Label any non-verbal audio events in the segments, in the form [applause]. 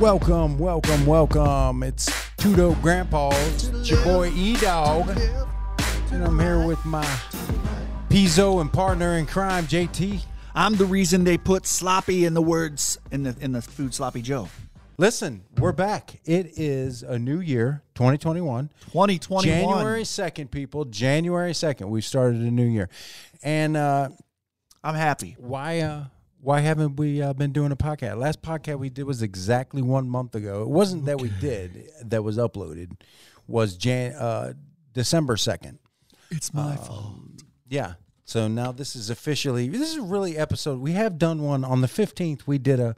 Welcome, welcome, welcome. It's Two Dope Grandpas. It's your boy E Dog. And I'm here with my Pizzo and partner in crime, JT. I'm the reason they put sloppy in the words in the in the food sloppy Joe. Listen, we're back. It is a new year, 2021. 2021. January 2nd, people. January 2nd. We've started a new year. And uh, I'm happy. why uh why haven't we uh, been doing a podcast? Last podcast we did was exactly one month ago. It wasn't that we did that was uploaded was Jan uh December second. It's my fault. Yeah. So now this is officially this is really episode. We have done one on the fifteenth. We did a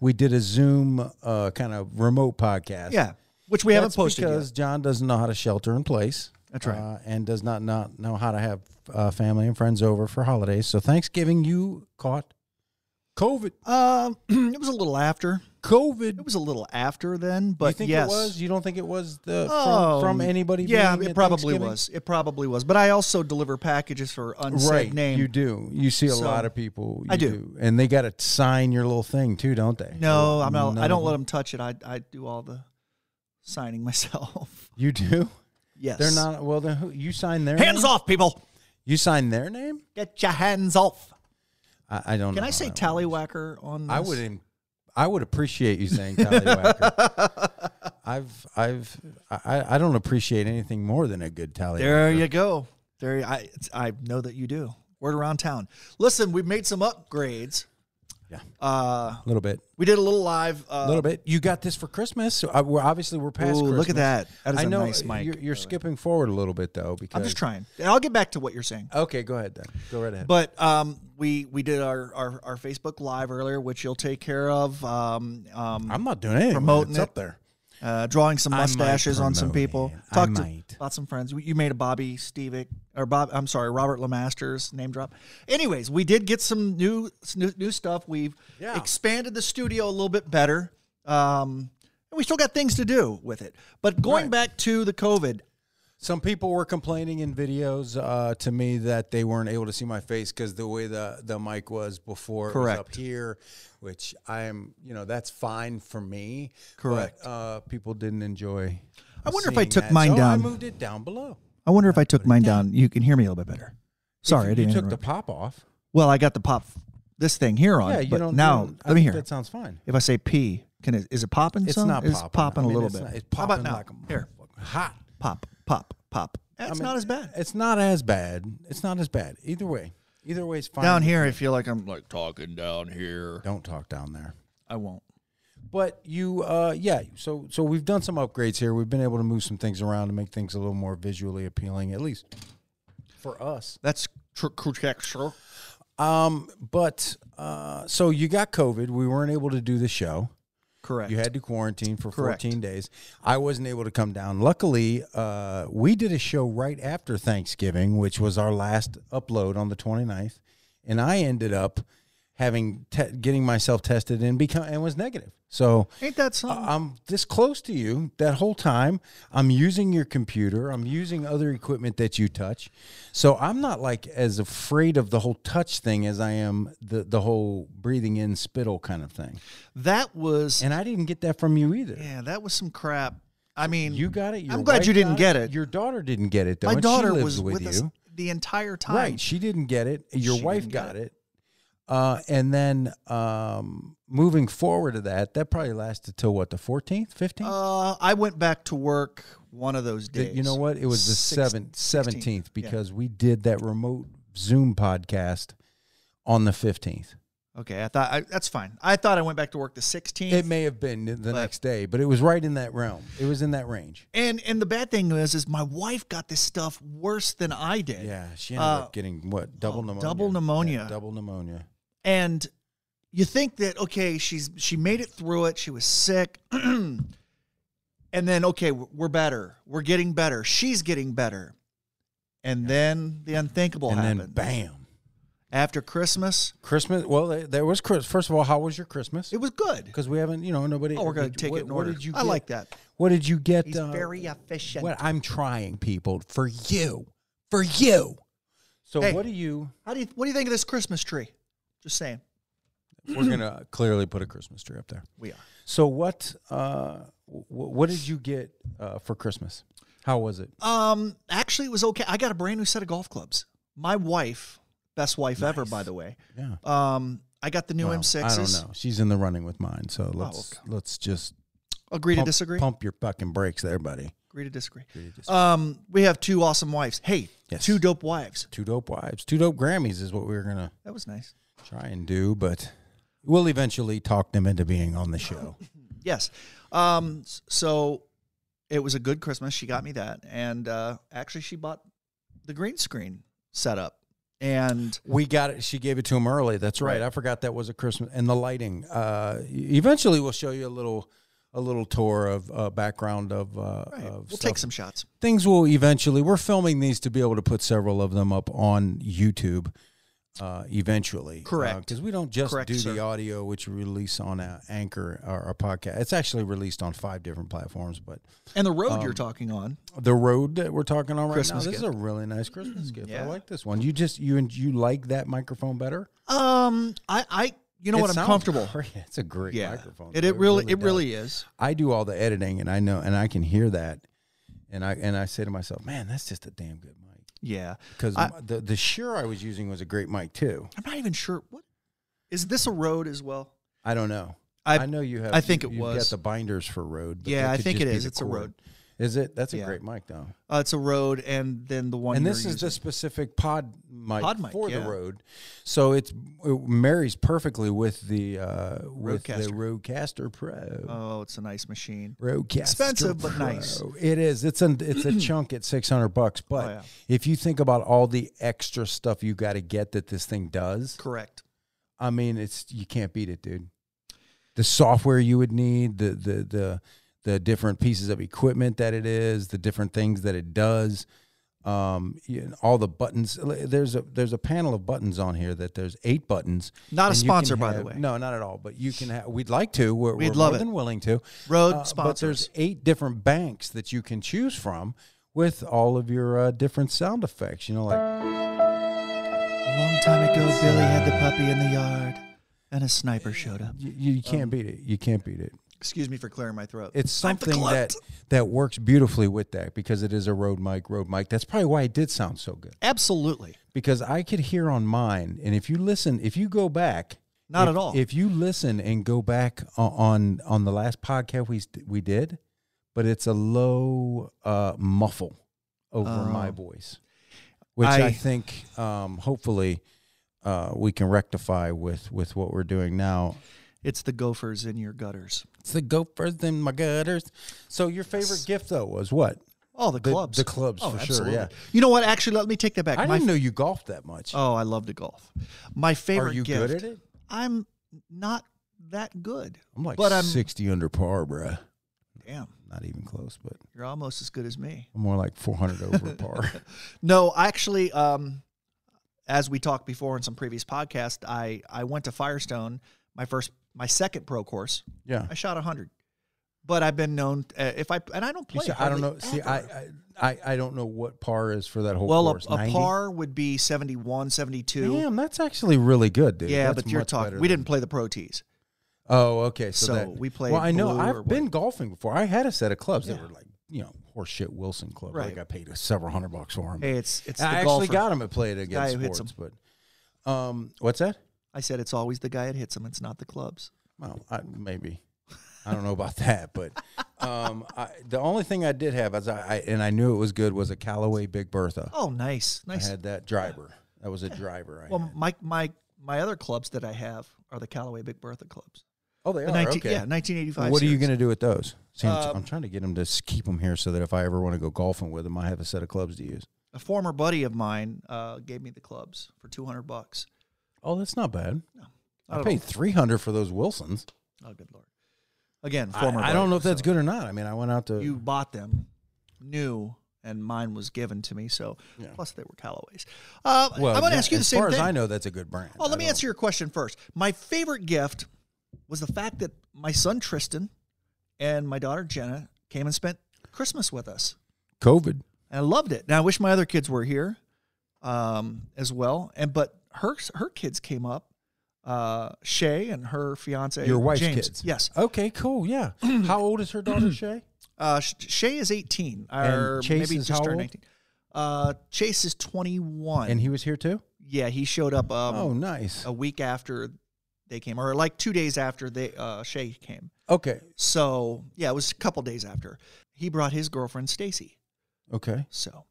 we did a Zoom uh kind of remote podcast. Yeah, which we That's haven't posted because yet. John doesn't know how to shelter in place. That's right. Uh, and does not not know how to have uh, family and friends over for holidays. So Thanksgiving, you caught COVID. Um, [clears throat] it was a little after. COVID. It was a little after then, but you think yes. it was? You don't think it was the Oh, from, from anybody? Yeah, being it at probably Thanksgiving? was. It probably was. But I also deliver packages for unsaid Right, name. you do. You see a So, lot of people. I you do. and they got to sign your little thing too, don't they? no, I'm not. I None don't of let them touch it. I I do all the signing [laughs] myself. You do. yes, They're not. Well, then who, you sign their hands name? off, people. You sign their name. Get your hands off. I, I don't. Can know I how say that tallywhacker on? This? I would. im- I would appreciate you saying tallywhacker. [laughs] I've. I've. I, I don't appreciate anything more than a good tallywhacker. There you go. There, you- I it's- I know that you do. Word around town. Listen, we've made some upgrades. Yeah. Uh, A little bit. we did a little live. Uh, A little bit. You got this for Christmas. So I, we're obviously we're past. Ooh, Christmas. look at that. That is I a know uh, nice mic. You're, you're skipping forward a little bit though because I'm just trying. And I'll get back to what you're saying. Okay, go ahead then. Go right ahead. But um, we we did our, our our Facebook live earlier, which you'll take care of. Um, um, I'm not doing anything. Promoting it's it. up there. uh, drawing some I might mustaches on some promote it. people. I Talked to might. lots some friends. You made a Bobby Stevick or Bob. I'm sorry, Robert Lemasters name drop. Anyways, we did get some new new, new stuff. We've Yeah. expanded the studio a little bit better. Um, and we still got things to do with it. But going Right. back to the COVID, Some people were complaining in videos uh, to me that they weren't able to see my face because the way the, the mic was before it was up Correct. here, which I am, you know, that's fine for me. but, Correct. uh, people didn't enjoy. I wonder if I seeing took that, mine so down. I moved it down below. I wonder if I took mine down. You can hear me a little bit better. Sorry, I you didn't. took the interrupt. pop off. well, I got the pop this thing here on. Yeah, you but don't. now you don't- I let me think hear. That sounds fine. if I say P, can it, is it popping? It's some? not It's popping. popping I a mean, little it's bit. not- it's How about popping now? like a here, Hot. pop, pop, pop. That's mean, not as bad. It's not as bad. It's not as bad. Either way, either way is fine. down here, I feel like I'm like, like talking down here. Don't talk down there. I won't. But you, uh, yeah. So so we've done some upgrades here. We've been able to move some things around to make things a little more visually appealing, at least for us. That's tr- correct, sir. Um, but uh, so you got COVID. We weren't able to do the show. Correct. You had to quarantine for Correct. 14 days. I wasn't able to come down. Luckily, uh, we did a show right after Thanksgiving, which was our last upload on the 29th, and I ended up having te- getting myself tested and become and was negative. So Ain't that something? I'm this close to you that whole time. I'm using your computer. I'm using other equipment that you touch. So I'm not like as afraid of the whole touch thing as I am the the whole breathing in spittle kind of thing. that was And I didn't get that from you either. yeah, that was some crap. I mean, You got it. Your I'm glad wife you didn't got get it. Your daughter didn't get it though. My and daughter she lives was with, with, you. us the entire time. Right. She didn't get it. Your She wife didn't get got it. it. Uh, and then um, moving forward to that, that probably lasted till what, the 14th, 15th? Uh, I went back to work one of those Th- days. you know what? It was the Six- seventh, 16th, 17th yeah. because we did that remote Zoom podcast on the 15th. Okay, I thought I, that's fine. I thought I went back to work the 16th. It may have been the next day, but it was right in that realm. It was in that range. and and the bad thing is, is my wife got this stuff worse than I did. Yeah, she ended Uh, up getting what double oh, pneumonia. double Yeah, pneumonia. double pneumonia. and you think that okay she's she made it through it she was sick [clears throat] and then okay we're better we're getting better she's getting better and then the unthinkable and happened then bam, after christmas Christmas. Well, there- there was Chris. First of all, how was your Christmas? it was good Because we haven't, you know, nobody. oh we're gonna did- take what, it in what order did you i get- like that What did you get? he's uh, very efficient What I'm trying, people, for you, for you. So Hey. what do you? how do you what do you think of this christmas tree just saying We're gonna clearly put a Christmas tree up there. We are. So what? Uh, wh- what did you get uh, for Christmas? How was it? Um, actually, it was okay. I got a brand new set of golf clubs. My wife, best wife ever, Nice. by the way. Yeah. Um, I got the new Well, M6s. I don't know. She's in the running with mine, so let's let's just Agree pump, to disagree. pump your fucking brakes there, buddy. Agree to disagree. Agree to disagree. Um, we have two awesome wives. Hey, Yes. two dope wives. Two dope wives, two dope Grammys is what we were gonna That was nice. try and do, but we'll eventually talk them into being on the show. Yes. Um, s- so it was a good Christmas. She got me that, and uh, actually, she bought the green screen setup. And We got it. She gave it to him early. That's right. I forgot that was a Christmas and the lighting. Uh, eventually, we'll show you a little a little tour of uh, background of uh, Right, of we'll stuff. take some shots. things. Will eventually we're filming these to be able to put several of them up on YouTube. Uh, eventually, Correct. Because we don't just Correct, do the sir. audio, which we release on uh, Anchor or our podcast. It's actually released on five different platforms, but And the road you're Um, talking on, the road that we're talking on right Christmas now. This gift. is a really nice Christmas gift. I Yeah. like this one. You just you and you like that microphone better. um, I, I, you know It what? I'm sounds [laughs] comfortable. great. It's a great Yeah, microphone. it, though. it really, it does. really is. I do all the editing, and I know, and I can hear that, and I and I say to myself, "Man, that's just a damn good mic." Yeah, Because I- the the Shure I was using was a great mic too. I'm not even sure what is this a road as well. I don't know. I, I- know you have. I think it you've was. got the binders for Rode. but Yeah, that I could think just it be is. the It's a cord. Rode. Is it? That's a Yeah. great mic though. Uh, it's a road, and then the one. and you're this is using. the specific pod mic, Pod mic, for the yeah. road, so it's it marries perfectly with the uh, with the Rodecaster Pro. Oh, it's a nice machine. Rodecaster Expensive, but Pro. nice. It is. It's a it's [clears throat] a chunk at six hundred bucks. But Oh, yeah. if you think about all the extra stuff you got to get that this thing does, Correct. I mean, it's you can't beat it, dude. The software you would need, the the the the different pieces of equipment that it is, the different things that it does, um, you know, all the buttons. There's a there's a panel of buttons on here that there's eight buttons. Not a and you can sponsor, by the have- way. No, not at all. But you can. Have, we'd like to. We're, We'd we're love more it. than willing to. Uh, Road but there's sponsors. eight different banks that you can choose from with all of your uh, different sound effects. You know, like. A long time ago, Billy had the puppy in the yard, and a sniper showed up. You, you Um, can't beat it. You can't beat it. Excuse me for clearing my throat. it's I'm the something that glut. that works beautifully with that because it is a road mic road mic that's probably why it did sound so good absolutely because i could hear on mine and if you listen if you go back Not if- at all. if you listen and go back o- on on the last podcast we s- we did but it's a low uh muffle over my voice which Oh. i, I- think um hopefully uh, we can rectify with with what we're doing now. it's the gophers in your gutters. It's the gophers in my gutters. So your favorite gift though was what? Oh, the The- clubs. the clubs, oh, for sure, yeah. You know what? Actually, let me take that back. I My didn't know you golfed that much. Oh, I love to golf. My favorite Are you gift. good at it? I'm not that good. I'm like but I'm 60 under par, bruh. damn. Not even close, but You're almost as good as me. I'm more like 400 [laughs] over par. No, actually, um, as we talked before in some previous podcast, I I went to Firestone. My first, my second pro course. Yeah. I shot hundred, but I've been known uh, if I and I don't play. See, I don't know. hardly See, ever. I, I- I I don't know what par is for that whole well, course. a, a 90? par would be 71, 72. Damn, that's actually really good, dude. yeah, That's but you're much better talking. We than- didn't play the pro tees. Oh, okay. So, So that, we played Well, I know blue or I've white. been golfing before. I had a set of clubs that Yeah. were like, you know, horseshit Wilson club. Right. Like I paid several hundred bucks for them. Hey, it's it's the I actually golfer. got him at played against who hits sports, but um, what's that? I said it's always the guy that hits them. It's not the clubs. Well, I, maybe. I don't know about [laughs] that, but um, I, the only thing I did have is I, I and I knew it was good was a Callaway Big Bertha. Oh, nice, I nice. had that driver. That was a driver. I Well, had. my my my other clubs that I have are the Callaway Big Bertha clubs. Oh, they The are 19, okay. Yeah, 1985. what are you series. going to do with those? See, I'm, Um, I'm trying to get them to s- keep them here so that if I ever want to go golfing with them, I have a set of clubs to use. A former buddy of mine uh, gave me the clubs for 200 bucks. Oh, that's not bad. I, I don't paid 300 for those Wilsons. Oh, good lord. Again, I- former. I, buddy, don't know if that's so good or not. I mean, I went out to You bought them, new, and mine was given to me. So plus they were Callaways. Uh, I'm going to yeah, ask you the as same far thing. as I know, that's a good brand. Oh, I let me don't- answer your question first. My favorite gift was the fact that my son Tristan and my daughter Jenna came and spent Christmas with us. COVID. And I loved it. Now I wish my other kids were here um, as well. And but her her kids came up uh, Shay and her fiance, Your wife's James. kids. Yes, Okay, cool. Yeah. How old is her [clears throat] daughter, Shay? uh, Sh- Shay is eighteen, And or Chase maybe is just how turned old? nineteen. Uh, Chase is twenty-one. And he was here too? yeah, he showed up um, oh, nice. a week after they came, or like two days after they uh, Shay came. Okay. So yeah, it was a couple days after he brought his girlfriend Stacy. Okay. So,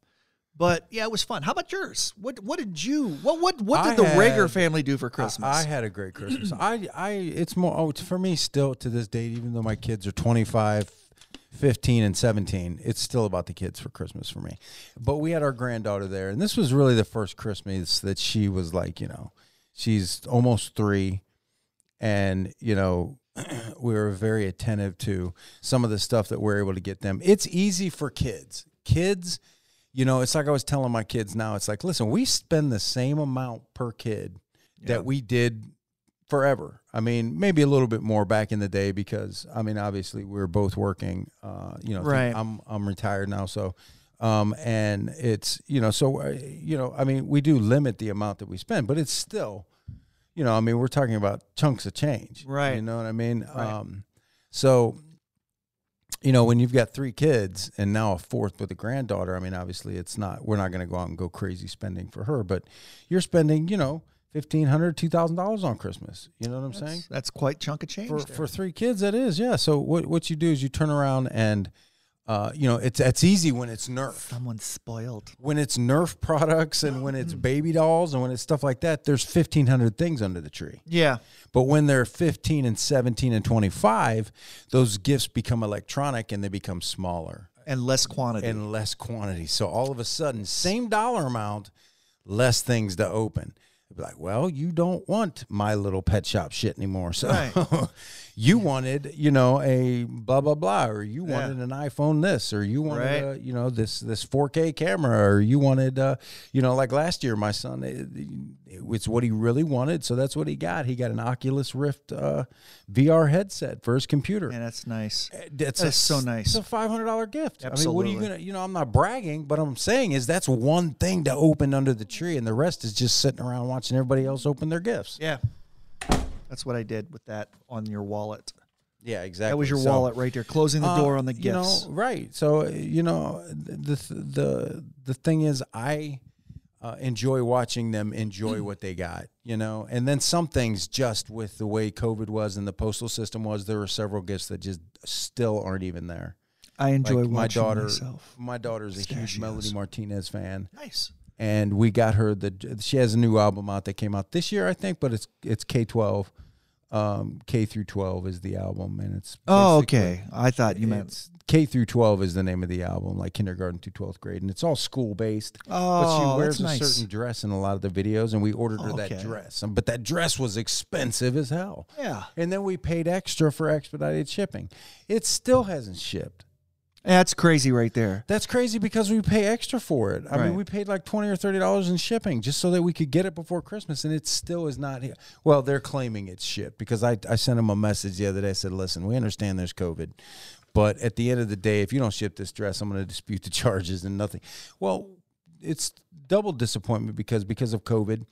but yeah, it was fun. How about yours? What what did you what what what did I the Rager had- family do for I, I Christmas? had a great Christmas. I, I, it's more, oh, it's for me still to this date, even though my kids are 25, 15, and 17, it's still about the kids for Christmas for me. But we had our granddaughter there, and this was really the first Christmas that she was like, you know, she's almost three, and, you know, [clears throat] we were very attentive to some of the stuff that we're able to get them. It's easy for kids. Kids, you know, it's like I was telling my kids now, it's like, listen, we spend the same amount per kid Yeah. that we did forever. I mean, maybe a little bit more back in the day because I mean, obviously we were both working. Uh, you know, Right. I'm I'm retired now, so um, and it's you know, so uh, you know, I mean, we do limit the amount that we spend, but it's still, you know, I mean, we're talking about chunks of change, Right. You know what I mean? Right. Um, so. You know, when you've got three kids and now a fourth with a granddaughter, I mean, obviously it's not, we're not going to go out and go crazy spending for her, but you're spending, you know, fifteen hundred, two thousand dollars on Christmas. You know what I'm saying? That's, that's quite chunk of change. For there. for three kids, that is, yeah. So what what you do is you turn around and, uh, you know, it's it's easy when it's Nerf, Someone spoiled. when it's Nerf products, and when it's baby dolls, and when it's stuff like that. There's fifteen hundred things under the tree. Yeah. But when they're 15 and 17 and 25, those gifts become electronic and they become smaller And less quantity. and less quantity. So all of a sudden, same dollar amount, less things to open. It'd be like, well, you don't want my little pet shop shit anymore. So Right. [laughs] you wanted, you know, a blah blah blah, or you Yeah. wanted an iPhone this, or you wanted, Right. uh, you know, this this 4K camera, or you wanted, uh, you know, like last year, my son, it, it's what he really wanted, so that's what he got. He got an Oculus Rift uh, VR headset for his computer. yeah, that's nice. That's That is so nice. It's a five hundred dollar gift. I mean, what are you Absolutely. gonna? You know, I'm not bragging, but I'm saying is that's one thing to open under the tree, and the rest is just sitting around watching everybody else open their gifts. Yeah. That's what I did with that on your wallet. Yeah, exactly. That was your So, wallet right there, closing the uh, door on the you know, gifts. right. So uh, you know, the the the, the thing is, I. Uh, enjoy watching them enjoy what they got, you know. And then some things, just with the way COVID was and the postal system was, there were several gifts that just still aren't even there. I enjoy like watching my daughter myself. my daughter's a huge Pistachios. melody martinez fan Nice. and we got her the she has a new album out that came out this year i think but it's it's k-12 um k through 12 is the album and it's Oh, basically- okay. I thought you meant. it's k through 12 is the name of the album like kindergarten to 12th grade and it's all school based but she Oh, wears that's nice. a certain dress in a lot of the videos and we ordered her Okay. that dress Um, but that dress was expensive as hell yeah. and then we paid extra for expedited shipping it still hasn't shipped That's crazy right there. that's crazy because we pay extra for it. I Right. mean, we paid like twenty or thirty dollars in shipping just so that we could get it before Christmas, and it still is not here. Well, they're claiming it's shipped because I I sent them a message the other day. I said, "Listen, we understand there's COVID, but at the end of the day, if you don't ship this dress, I'm going to dispute the [laughs] charges and nothing." Well, it's double disappointment because because of COVID,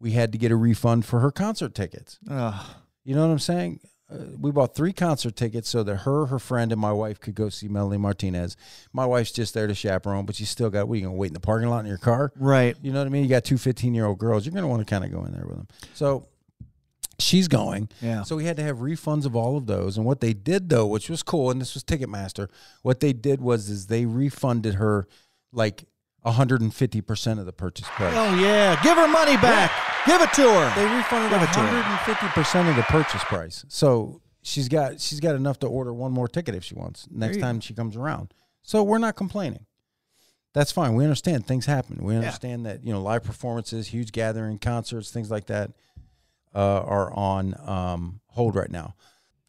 we had to get a refund for her concert tickets. Ugh. You know what I'm saying? Uh, we bought three concert tickets so that her, her friend, and my wife could go see Melanie Martinez. My wife's just there to chaperone, but you still got, what are you going to wait in the parking lot in your car? Right. You know what I mean? You got two 15 year old girls. You're going to want to kind of go in there with them. So she's going. Yeah. So we had to have refunds of all of those. And what they did though, which was cool, and this was Ticketmaster, what they did was is they refunded her like 150% of the purchase price. Oh yeah, give her money back. Give it to her. They refunded Give one it to her. hundred and fifty percent of the purchase price. So she's got she's got enough to order one more ticket if she wants next you time she comes around. So we're not complaining. That's fine. We understand things happen. We understand that you know live performances, huge gathering, concerts, things like that uh, are on um, hold right now.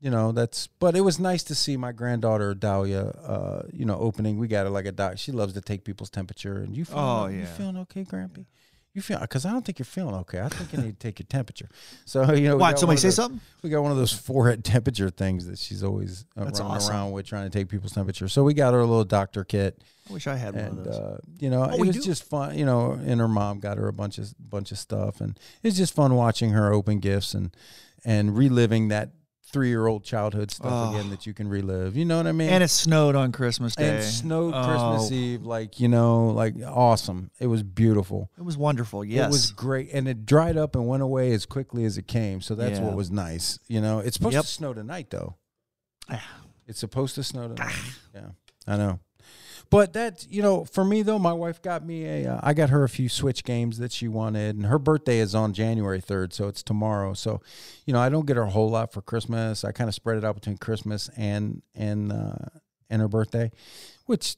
You know that's, but it was nice to see my granddaughter Dahlia. Uh, you know, opening. We got her like a doc. She loves to take people's temperature. And you feeling? Oh, you yeah. feeling okay, Grampy? You feel because I don't think you're feeling okay. I think you need to take your temperature. So [laughs] you know, we What? got Somebody one of say those- something? We got one of those forehead [laughs] temperature things that she's always uh, That's running awesome. around with, trying to take people's temperature. So we got her a little doctor kit, I wish I had one of and those. Oh, uh, you know, it we was do. just fun. You know, and her mom got her a bunch of bunch of stuff, and it's just fun watching her open gifts and and reliving that three year old childhood stuff Oh. again that you can relive. You know what I mean? and it snowed on Christmas Day. and snowed Oh, Christmas Eve, like you know, like awesome. It was beautiful. It was wonderful. Yes. It was great, and it dried up and went away as quickly as it came. So that's Yeah. what was nice. You know, it's supposed Yep. to snow tonight, [sighs] though. Ah. It's supposed to snow tonight. yeah, I know. But that you know, for me though, my wife got me a. Uh, I got her a few Switch games that she wanted, and her birthday is on January third, so it's tomorrow. So, you know, I don't get her a whole lot for Christmas. I kind of spread it out between Christmas and and uh, and her birthday, which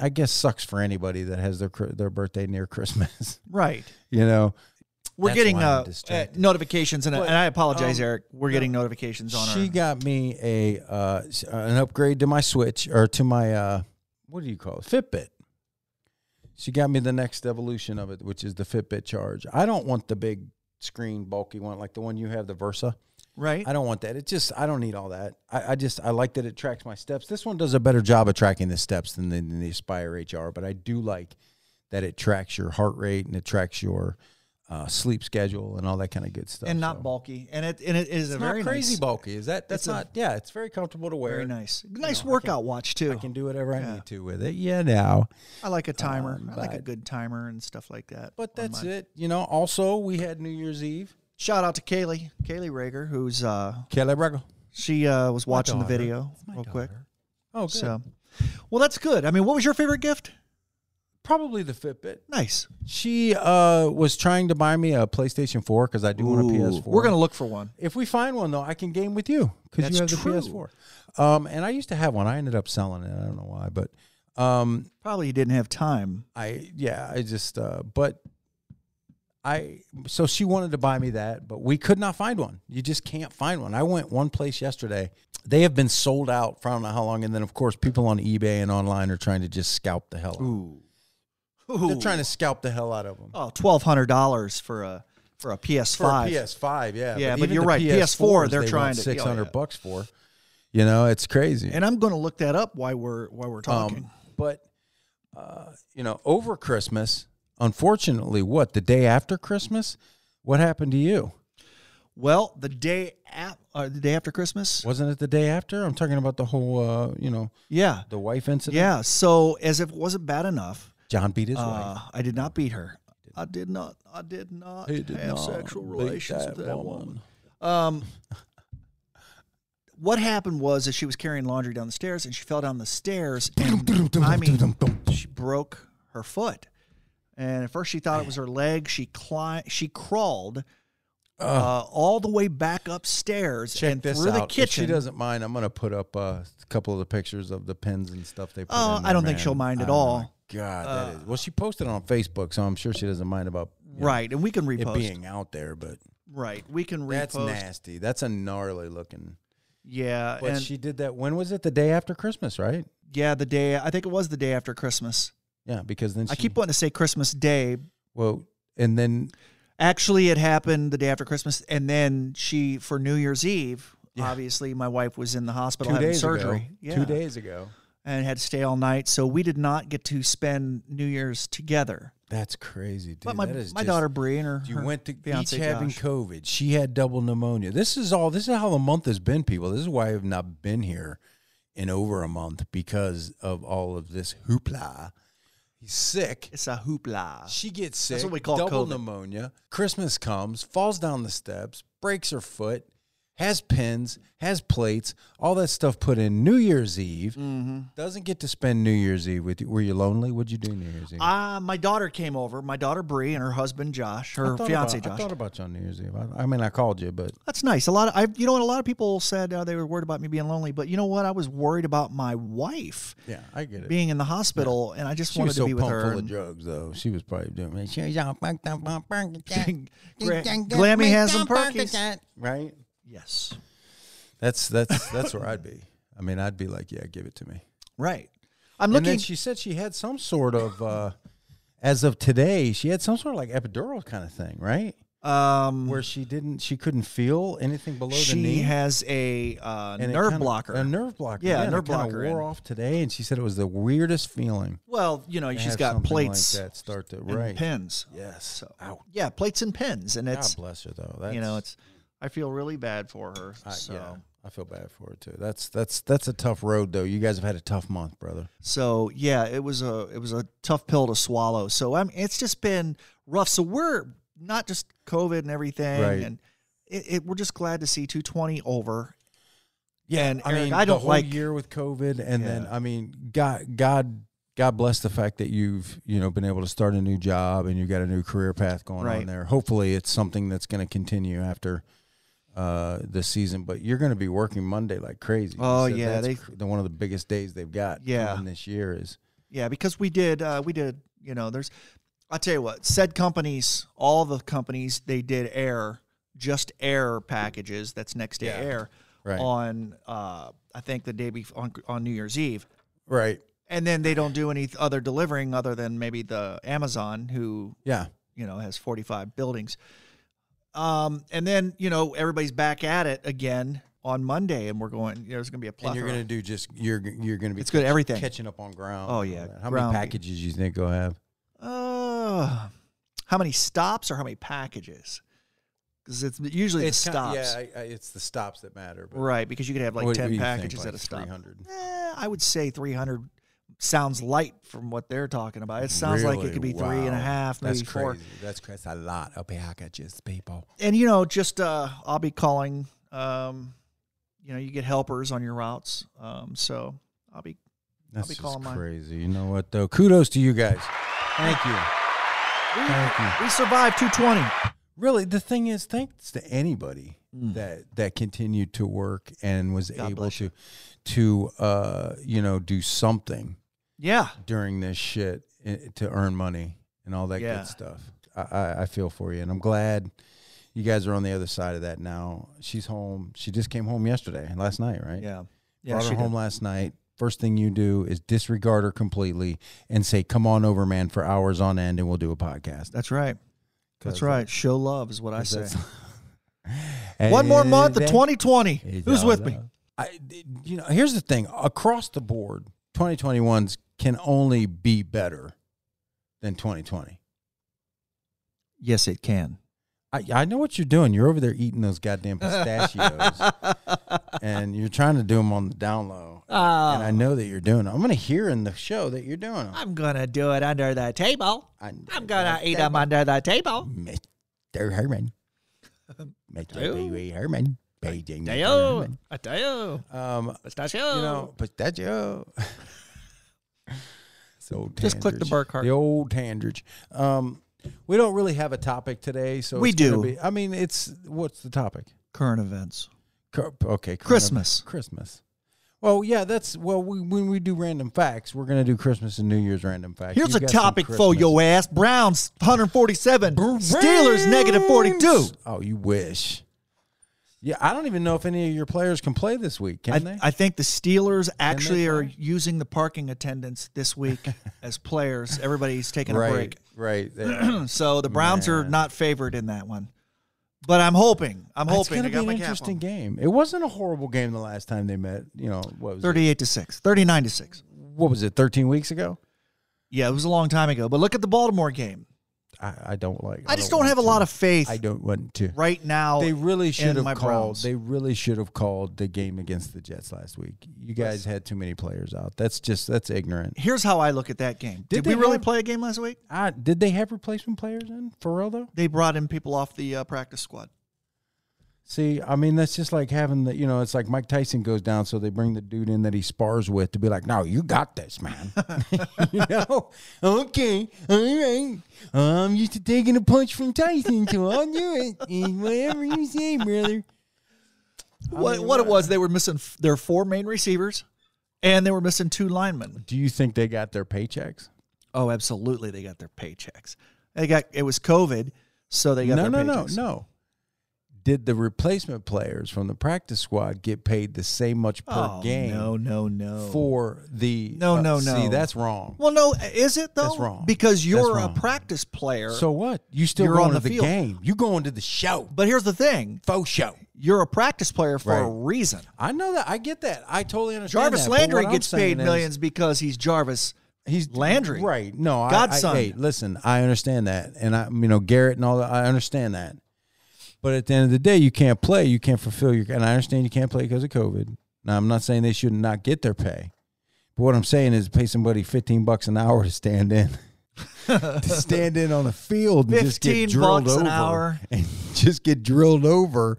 I guess sucks for anybody that has their cri- their birthday near [laughs] Christmas. right. you know, We're That's getting why I'm uh, uh, distracted. notifications, and, But, and I apologize, um, Eric. We're getting notifications on she our. got me a uh, s- uh, an upgrade to my Switch or to my uh, what do you call it Fitbit. She got me the next evolution of it, which is the Fitbit Charge. I don't want the big screen bulky one like the one you have, the Versa. right. I don't want that. It just I don't need all that. I, I just I like that it tracks my steps. This one does a better job of tracking the steps than the, than the Aspire HR, but I do like that it tracks your heart rate and it tracks your uh, sleep schedule and all that kind of good stuff. and not so. bulky, and it and it is a It's not very crazy nice, bulky. Is that? That's a- not. yeah, it's very comfortable to wear. very nice, nice I can- workout watch too. I can do whatever Yeah. I need to with it. Yeah, now. I like a timer. Um, I like a but- good timer and stuff like that. But on that's mine. it. You know. Also, we had New Year's Eve. Shout out to Kaylee, Kaylee Rager, who's uh Kelly Brago. she uh was watching the video real quick. Oh, good. So, well, that's good. I mean, what was your favorite gift? probably the Fitbit. Nice. She uh, was trying to buy me a PlayStation 4 because I do want a Ooh, PS4. We're gonna look for one. If we find one though, I can game with you because That's you have the true. PS4. Um, and I used to have one. I ended up selling it. I don't know why, but um, Probably you didn't have time. I yeah, I just uh but I so she wanted to buy me that, but we could not find one. You just can't find one. I went one place yesterday. They have been sold out for I don't know how long, and then of course people on eBay and online are trying to just scalp the hell. Out. Ooh. They're trying to scalp the hell out of them. oh, twelve hundred dollars for a for a PS Five. For a PS5, yeah. Yeah, but even you're the right. PS4, PS4s, they're they trying want to- oh, 600 yeah. bucks for. You know, it's crazy. And I'm gonna look that up while we're while we're talking. Um, but uh, you know, over Christmas, unfortunately, what the day after Christmas, what happened to you? well, the day ap- uh, the day after Christmas. Wasn't it the day after? I'm talking about the whole, uh, you know, Yeah. the wife incident. Yeah. So as if it wasn't bad enough, John beat his wife. uh, I did not beat her. I did not. I did not have sexual relations with that woman. Um, what happened was is she was carrying laundry down the stairs and she fell down the stairs and I mean she broke her foot. And at first she thought it was her leg. She climbed, she crawled uh, all the way back upstairs Check and this through out. the kitchen. If she doesn't mind, I'm going to put up uh, a couple of the pictures of the pins and stuff they. put Oh, in I there, don't think man. she'll mind at Oh, my all. Uh, God, that is. Well, she posted it on Facebook, so I'm sure she doesn't mind about you know, Right, and we can it repost. being out there. But right, we can repost. that's nasty. That's a gnarly looking. Yeah, But and she did that. When was it? The day after Christmas, right? yeah, the day I think it was the day after Christmas. Yeah, because then she, I keep wanting to say Christmas Day, well, and then Actually, it happened the day after Christmas, and then she for New Year's Eve. Obviously, my wife was in the hospital two having days surgery. ago, yeah, two days ago. and had to stay all night, so we did not get to spend New Year's together. That's crazy, dude. but my that is my just- daughter Bree and her You her went to each fiance having Josh. COVID. She had double pneumonia. This is all. This is how the month has been, people. This is why I've not been here in over a month because of all of this hoopla. He's sick. It's a hoopla. She gets sick. That's what we call double COVID. pneumonia. Christmas comes, falls down the steps, breaks her foot, has pins, has plates, all that stuff put in New Year's Eve. Mm-hmm. Doesn't get to spend New Year's Eve with you. Were you lonely? What'd you do New Year's Eve? Ah, my daughter came over. My daughter Bree and her husband Josh, her thought fiance about- I Josh. thought about you on New Year's Eve. I, I mean, I called you, but That's nice. A lot of I, you know what? A lot of people said uh, they were worried about me being lonely, but you know what? I was worried about my wife yeah, I get it. being in the hospital, and I just She wanted was so to be with pumped her. full and- of drugs, though. She was probably doing it. She was all fucked up on Percocet. [laughs] Gra- She done Glammy fucked has some up Perkies. Percocet. Right? Yes. That's that's that's where I'd be. I mean, I'd be like, yeah, give it to me. Right. I'm And looking. then she said she had some sort of uh, as of today, she had some sort of like epidural kind of thing, right? Um, Where she didn't, she couldn't feel anything below the knee. she has a uh, and it nerve kinda- blocker. A nerve blocker. Yeah, a and nerve it kinda blocker, Wore and- off today, and she said it was the weirdest feeling. well, you know, to she's have got something plates like that start to and right. pins. Yes. So, Ouch. yeah, plates and pins, and God it's Ah, bless her though. That's, you know, it's. I feel really bad for her. I, so, yeah, I feel bad for her too. That's that's that's a tough road though. You guys have had a tough month, brother. So yeah, it was a it was a tough pill to swallow. So I mean, it's just been rough. So we're not just COVID and everything, Right. and it, it, we're just glad to see 220 over. Yeah, and I Eric, mean, I the don't whole like year with COVID, and then Yeah. I mean, God, God, God bless the fact that you've you know been able to start a new job and you got a new career path going on Right. there. Hopefully, it's something that's going to continue after uh this season. But you're going to be working Monday like crazy. You Oh, said yeah, that's they- cr- the, one of the biggest days they've got. Yeah. coming this year is Yeah, because we did uh, we did you know there's I'll tell you what said companies all the companies they did air just air packages that's next day Yeah. air Right. on uh, I think the day before on, on New Year's Eve. right. And then they don't do any other delivering other than maybe the Amazon who Yeah, you know has 45 buildings um and then you know everybody's back at it again on monday and we're going you know, there's going to be a and plethora you're going to do just you're you're going to be it's good everything catching up on ground. and Oh, all yeah, that. how ground many beef. packages you think you'll have? uh, how many stops or how many packages because it's usually the stops Yeah, I, I, it's the stops that matter. But right because you could have like What do 10 you think, packages like at a stop 300? Eh, i would say 300 sounds light from what they're talking about it sounds like it Really? could be three and a Wow. half maybe That's four crazy. That's crazy. That's a lot of packages, people. and you know, just uh, I'll be calling. Um, you know, you get helpers on your routes, um, so I'll be. That's be just calling mine. crazy. You know what though? Kudos to you guys. Thank you. We, Thank you. we survived 220. Really, the thing is, thanks to anybody that that continued to work and was Mm. God able bless to to uh, you know do something Yeah, during this shit i- to earn money and all that Yeah. good stuff. I, I, I feel for you, and I'm glad you guys are on the other side of that now. She's home. She just came home yesterday, last night, right? yeah, yeah. brought her she home did. last night. First thing you do is disregard her completely and say, "Come on over, man, for hours on end, and we'll do a podcast." That's right. That's uh, right. Show love is what I say. [laughs] One One more month of 2020. It's Who's all with me? love. I, you know, here's the thing: across the board, 2021s can only be better than 2020. Yes, it can. I, I know what you're doing. You're over there eating those goddamn [laughs] pistachios, Oh, and you're trying to do them on the down low. and Uh. I know that you're doing. 'em. I'm going to hear in the show that you're doing. 'em. I'm gonna do it under the table. I, I'm gonna eat them under the table. Mr. [laughs] Herman. Mr. Ayo. Pee Wee Herman. Beijing Mr. Herman. I tell you, Um, pistachio. you know, pistachio. [laughs] It's old Just click the Tandridge. Burkhart. The old Tandridge. Um, we don't really have a topic today, so We it's gonna do. Be, I mean, it's what's the topic? current events. Cur- Okay, current Christmas. ev- Christmas. Well, yeah, that's well. We, when we do random facts, we're gonna do Christmas and New Year's random facts. Here's You a got some topic for Christmas. your ass. Browns 147. Steelers negative 42. Oh, you wish. Yeah, I don't even know if any of your players can play this week, can I, they? I think the Steelers actually are play? using the parking attendants this week [laughs] as players. Everybody's taking a right, break. right. [clears throat] yeah. So the Browns are Man. not favored in that one. But I'm hoping. I'm it's hoping. going to I be got an my cap interesting on. game. It wasn't a horrible game the last time they met. You know what was it? 38 to 6. 39 to 6. What was it? Thirteen weeks ago. Yeah, it was a long time ago. But look at the Baltimore game. I, I don't like. I just don't have a want lot to. of faith I don't want to. right now. They really should and have my called. Browns. They really should have called the game against the Jets last week. You guys had too many players out. That's just that's ignorant. Here's how I look at that game. Did Did, they we really have- play a game last week? I, did they have replacement players in for real though? They brought in people off the uh, practice squad. See, I mean, that's just like having the, you know, it's like Mike Tyson goes down, so they bring the dude in that he spars with to be like, no, you got this, man. [laughs] [laughs] you know? Okay, all right. I'm used to taking a punch from Tyson, so I'll do it. And whatever you say, brother. what, what it was, they were missing f- their four main receivers, and they were missing two linemen. Do you think they got their paychecks? Oh, absolutely, they got their paychecks. They got it was COVID, so they got No, no, their no, paychecks. no. did the replacement players from the practice squad get paid the same much per oh, game No, no, no. for the uh, No, no, See, no. that's wrong. Well, no, uh, is it though? That's wrong. Because you're wrong. a practice player. So what? You still You're going on to the the field. game. You going to the show. but here's the thing: Faux show. you're a practice player for a Right. reason. I know that. I get that. I totally understand. Jarvis that, but Landry what I'm gets saying paid is- millions because he's Jarvis. He's Landry. right? No, I- Godson. I, hey, listen, I understand that, and I, you know, Garrett and all that. I understand that, but at the end of the day, you can't play. You can't fulfill your. And I understand you can't play because of COVID. Now, I'm not saying they should not get their pay, but what I'm saying is pay somebody 15 bucks an hour to stand [laughs] in. to stand in on the field and just get 15 drilled bucks over an hour. [laughs] and just get drilled over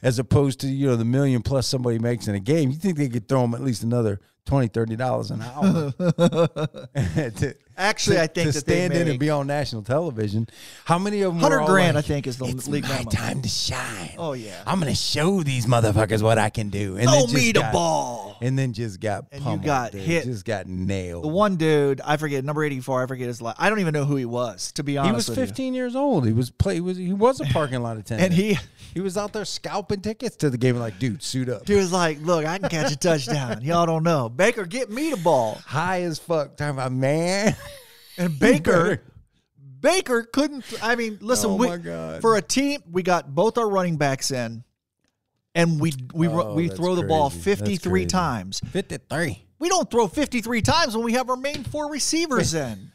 as opposed to you know the million plus somebody makes in a game you think they could throw them at least another 20 30 dollars an [laughs] hour [laughs] to, Actually, I think to that stand they in make and be on national television. How many of them? were 100 all grand, like, I think, is the it's league my minimum." time to shine. Oh, yeah. I'm gonna show these motherfuckers what I can do. And then throw just me the got- ball. And then just got And you pummeled, got dude. hit. Just got nailed. The one dude, I forget number 84. I forget his life. I don't even know who he was. To be honest, he was with you. 15 years old. He was play. He was he was a parking lot attendant. and he he was out there scalping tickets to the game. Like, dude, suit up. he was like, "Look, I can catch a touchdown. [laughs] Y'all don't know. Baker, get me the ball." High as fuck. Talking about man. [laughs] And better- [laughs] Baker, Baker couldn't. I mean, listen, Oh, we, my God. for a team, we got both our running backs in, and we we ru- Oh, we that's throw the ball crazy. That's fifty three crazy. times. 53. We don't throw fifty three times when we have our main four receivers in.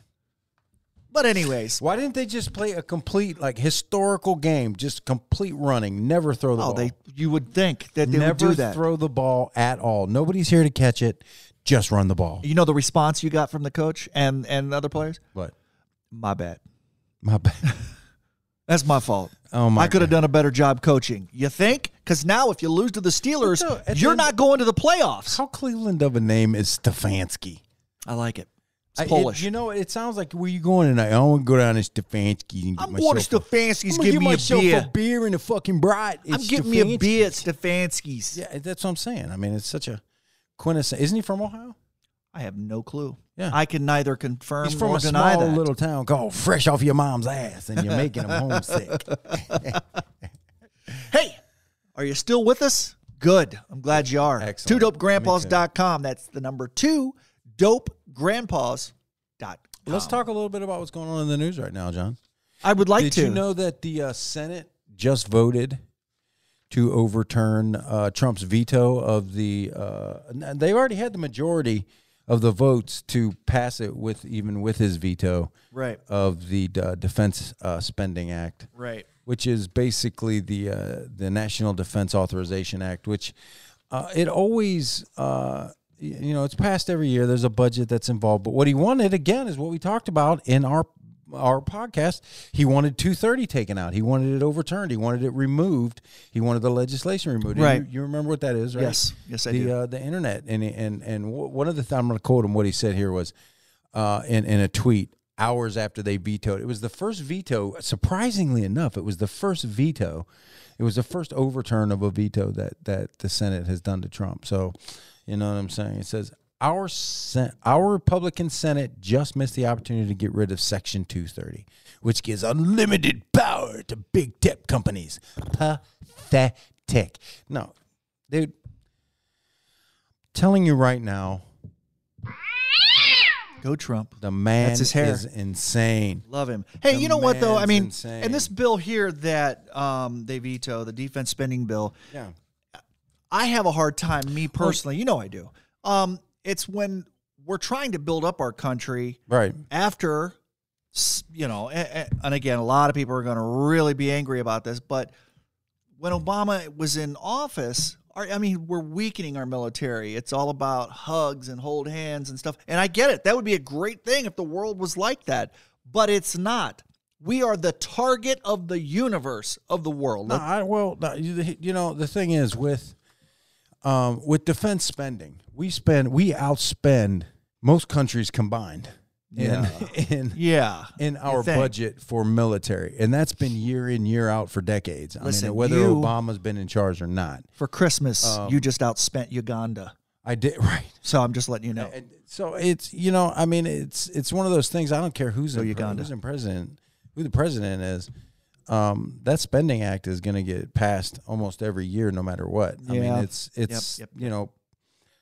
But anyways, Why didn't they just play a complete, like, historical game? Just complete running, never throw the oh, ball. they you would think that they never would do that. throw the ball at all. Nobody's here to catch it. Just run the ball. you know the response you got from the coach and and other players. What? My bad. My [laughs] bad. That's my fault. Oh my I could have done a better job coaching. You think? Because now, if you lose to the Steelers, But no, at the you're end- not going to the playoffs. How Cleveland of a name is Stefanski? I like it. I- It's it- Polish. you know, it sounds like where you going tonight. I want to go down to Stefanski and get I'm going to myself. a- Stefanski's. I'm gonna Give get me a myself beer. a beer and a fucking brat. I'm getting me a beer at Stefanski's. Yeah, that's what I'm saying. I mean, it's such a quintessence. Isn't he from Ohio? I have no clue. Yeah. I can neither confirm He's from nor a deny small that. little town called Fresh Off Your Mom's Ass, and you're making him [laughs] homesick. Hey, are you still with us? Good. I'm glad you are. Excellent. TwoDopeGrandpas.com. That's the number two, dopegrandpas.com. Let's talk a little bit about what's going on in the news right now, John. I would like Did to. you know that the uh, Senate just voted to overturn uh, Trump's veto of the? Uh, n- they already had the majority of the votes to pass it with even with his veto Right. of the uh, Defense uh, Spending Act. Right. which is basically the uh, the National Defense Authorization Act, which uh, it always uh, y- you know it's passed every year. There's a budget that's involved, but what he wanted again is what we talked about in our our podcast. He wanted 230 taken out. He wanted it overturned. He wanted it removed. He wanted the legislation removed. Right. You, you remember what that is, right? Yes. Yes, I the, do. Uh, the internet and and and wh- one of the th- I'm going to quote him. What he said here was, uh, in in a tweet hours after they vetoed. It was the first veto. Surprisingly enough, it was the first veto. It was the first overturn of a veto that that the Senate has done to Trump. So, you know what I'm saying? It says our sen- our Republican Senate just missed the opportunity to get rid of Section 230, which gives unlimited power to big tech companies. Pathetic. No, dude telling you right now, Go Trump. the man That's his hair. is insane. Love him. Hey, you know what though? I man's mean, insane. and this bill here that um, they veto, the defense spending bill, Yeah. I have a hard time, me personally. You know I do. Um, it's when we're trying to build up our country Right. after, s- you know, a- a- and again, a lot of people are going to really be angry about this, but when Obama was in office, our, I mean, we're weakening our military. It's all about hugs and hold hands and stuff. And I get it. That would be a great thing if the world was like that, but it's not. We are the target of the universe of the world. No, I, well, no, you, you know the thing is with um, with defense spending, we spend we outspend most countries combined in [laughs] in, yeah. in our think. budget for military, and that's been year in year out for decades. I Listen, mean, whether you- Obama's been in charge or not, For Christmas, you just outspent Uganda. I did [laughs] right. So I'm just letting you know. And so it's you know I mean it's it's one of those things I don't care who's in, Uganda. who's in president who the president is um, that spending act is going to get passed almost every year, no matter what. I mean, Yeah. it's it's yep, you know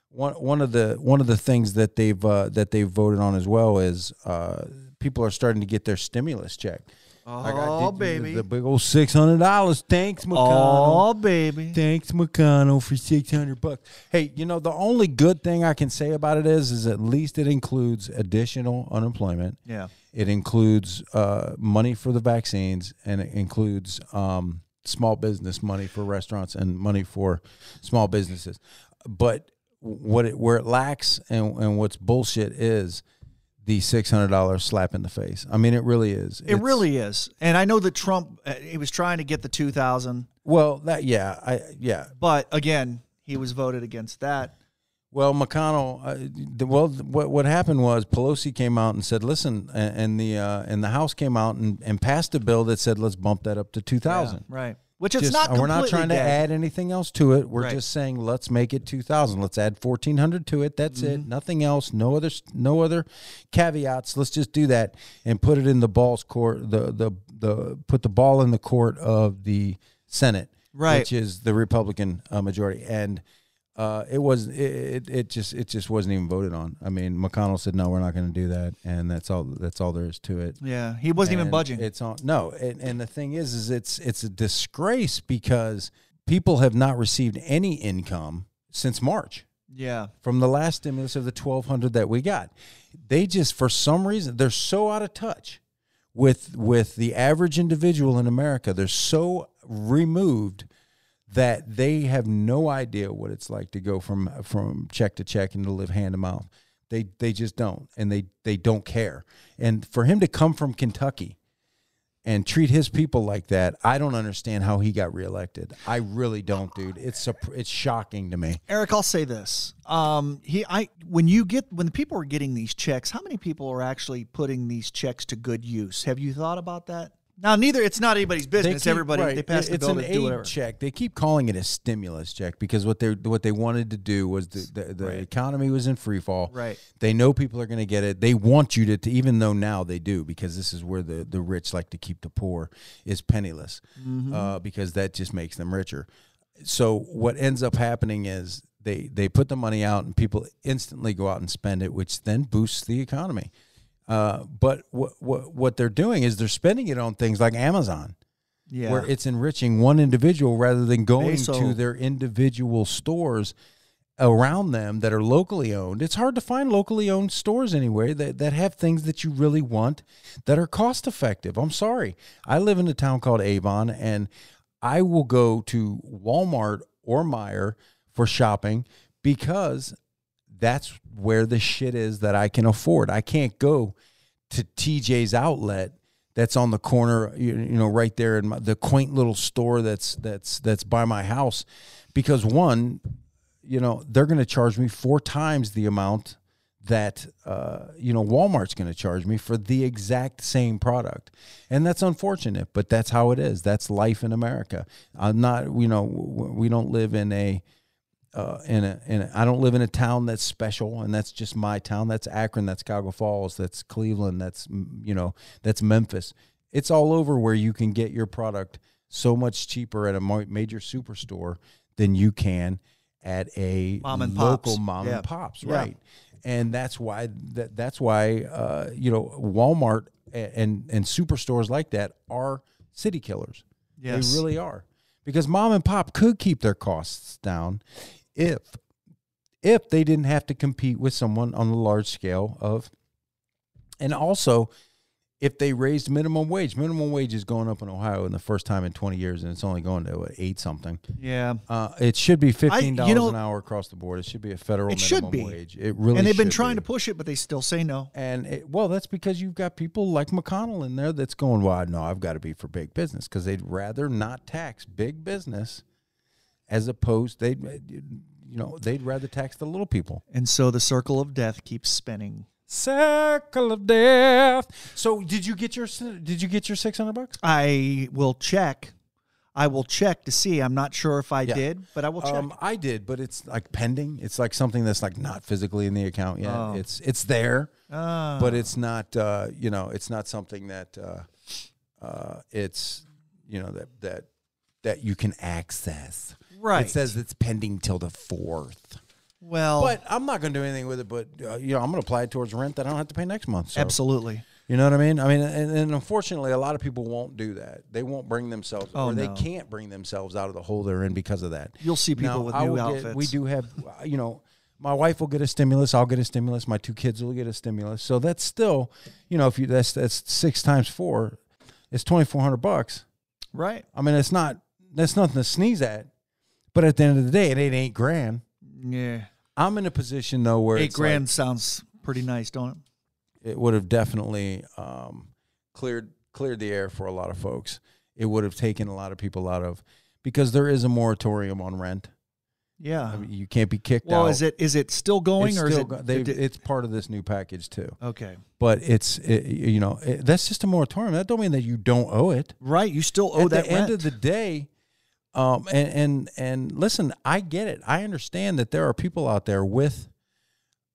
one one of the one of the things that they've uh, that they've voted on as well is uh, people are starting to get their stimulus check. Oh, Like, I did- baby. the big old six hundred dollars. Thanks, McConnell. oh, baby. Thanks, McConnell, for six hundred bucks. Hey, you know the only good thing I can say about it is, is at least it includes additional unemployment. Yeah. It includes uh, money for the vaccines, and it includes um, small business money for restaurants and money for small businesses. But what it where it lacks and, and what's bullshit is the six hundred dollars slap in the face. I mean, it really is. It really is. And I know that Trump, uh, he was trying to get the 2000, well that yeah I yeah but again, he was voted against that. Well, McConnell. Uh, the, well, th- what what happened was Pelosi came out and said, "Listen," a- and the uh, and the House came out and, and passed a bill that said, "Let's bump that up to two thousand. Right. Which it's not uh, we're not completely trying to dead. add anything else to it. We're Right. just saying let's make it two thousand. Let's add fourteen hundred to it. That's Mm-hmm. it. Nothing else. No other s- no other caveats. Let's just do that and put it in the balls court. The the the put the ball in the court of the Senate, Right. Which is the Republican uh, majority and. Uh, it was it, it it just it just wasn't even voted on. I mean, McConnell said no, we're not going to do that, and that's all that's all there is to it. Yeah. He wasn't even And budging. It's on no, and, and the thing is, is it's it's a disgrace because people have not received any income since March yeah. from the last stimulus of the twelve hundred that we got. They just for some reason they're so out of touch with with the average individual in America. They're so removed that they have no idea what it's like to go from from check to check and to live hand to mouth. They they just don't, and they they don't care. And for him to come from Kentucky and treat his people like that, I don't understand how he got reelected. I really don't, dude. It's surp- it's shocking to me. Eric, I'll say this. Um, he, I, when you get, when the people are getting these checks, how many people are actually putting these checks to good use? Have you thought about that? Now, neither it's not anybody's They business. keep- Everybody right. they It- pass the it's bill an to aid do whatever. check. They keep calling it a stimulus check because what they what they wanted to do was the the, the Right. economy was in free fall. Right. They know people are going to get it. They want you to, to even though now they do because this is where the the rich like to keep the poor is penniless Mm-hmm. uh, because that just makes them richer. So what ends up happening is. They, they put the money out and people instantly go out and spend it, which then boosts the economy. Uh, but what, what what they're doing is they're spending it on things like Amazon Yeah. where it's enriching one individual rather than going Peso. to their individual stores around them that are locally owned. It's hard to find locally owned stores anywhere that, that have things that you really want that are cost effective. I'm sorry. I live in a town called Avon and I will go to Walmart or Meijer for shopping because that's where the shit is that I can afford. I can't go to TJ's outlet that's on the corner, you, you know, right there in my, the quaint little store that's that's that's by my house, because one, you know, they're going to charge me four times the amount that uh, you know Walmart's going to charge me for the exact same product, and that's unfortunate, but that's how it is. That's life in America. I'm not, you know, w- w- we don't live in a uh, in a in a, I don't live in a town that's special, and that's just my town. That's Akron, that's Cuyahoga Falls, that's Cleveland, that's mm, you know that's Memphis. It's all over where you can get your product so much cheaper at a mo- major superstore than you can at a Mom and local pops. mom Yeah. and pops, Yeah. right? And that's why that that's why uh, you know Walmart a- and and superstores like that are city killers. Yes. They really are. Because mom and pop could keep their costs down if if they didn't have to compete with someone on the large scale of and also if they raised minimum wage. Minimum wage is going up in Ohio in the first time in 20 years and it's only going to what, 8 something. yeah. Uh, it should be $15 know- an hour across the board. It should be a federal It should minimum be. wage. It really and they've been should trying be. to push it, but they still say no. And it, well, that's because you've got people like McConnell in there that's going, well, no, I've got to be for big business because they'd rather not tax big business as opposed they, would you know, they'd rather tax the little people. And so the circle of death keeps spinning. Circle of death. So did you get your did you get your six hundred bucks? I will check. I will check to see. I'm not sure if I Yeah. did, but I will check. Um, I did, but it's like pending. It's like something that's like not physically in the account yet. Oh. It's it's there. Ah. but it's not uh, you know it's not something that uh, uh, it's you know that that that you can access. Right. It says it's pending till the fourth. well, But I'm not going to do anything with it. But uh, you know, I'm going to apply it towards rent that I don't have to pay next month. So. absolutely. You know what I mean? I mean, and, and unfortunately, a lot of people won't do that. They won't bring themselves, Oh, or they no. can't bring themselves out of the hole they're in because of that. You'll see people Now, with I new will get- outfits. we do have, uh, you know, my wife will get a stimulus. I'll get a stimulus. My two kids will get a stimulus. So that's still, you know, if you that's that's six times four, it's twenty four hundred bucks. Right. I mean, it's not that's nothing to sneeze at. But at the end of the day, it ain't eight grand. Yeah. I'm in a position though where Eight it's like- grand sounds pretty nice, don't it? it would have definitely um, cleared cleared the air for a lot of folks. It would have taken a lot of people out of because there is a moratorium on rent. Yeah. I mean, you can't be kicked out. well, is it is it still going It's or is still it, go- they- it- it's part of this new package too. okay? But it's it, you know it, that's just a moratorium. That don't mean that you don't owe it. Right. You still owe At that the end rent. of the day, um, and and and listen, I get it. I understand that there are people out there with,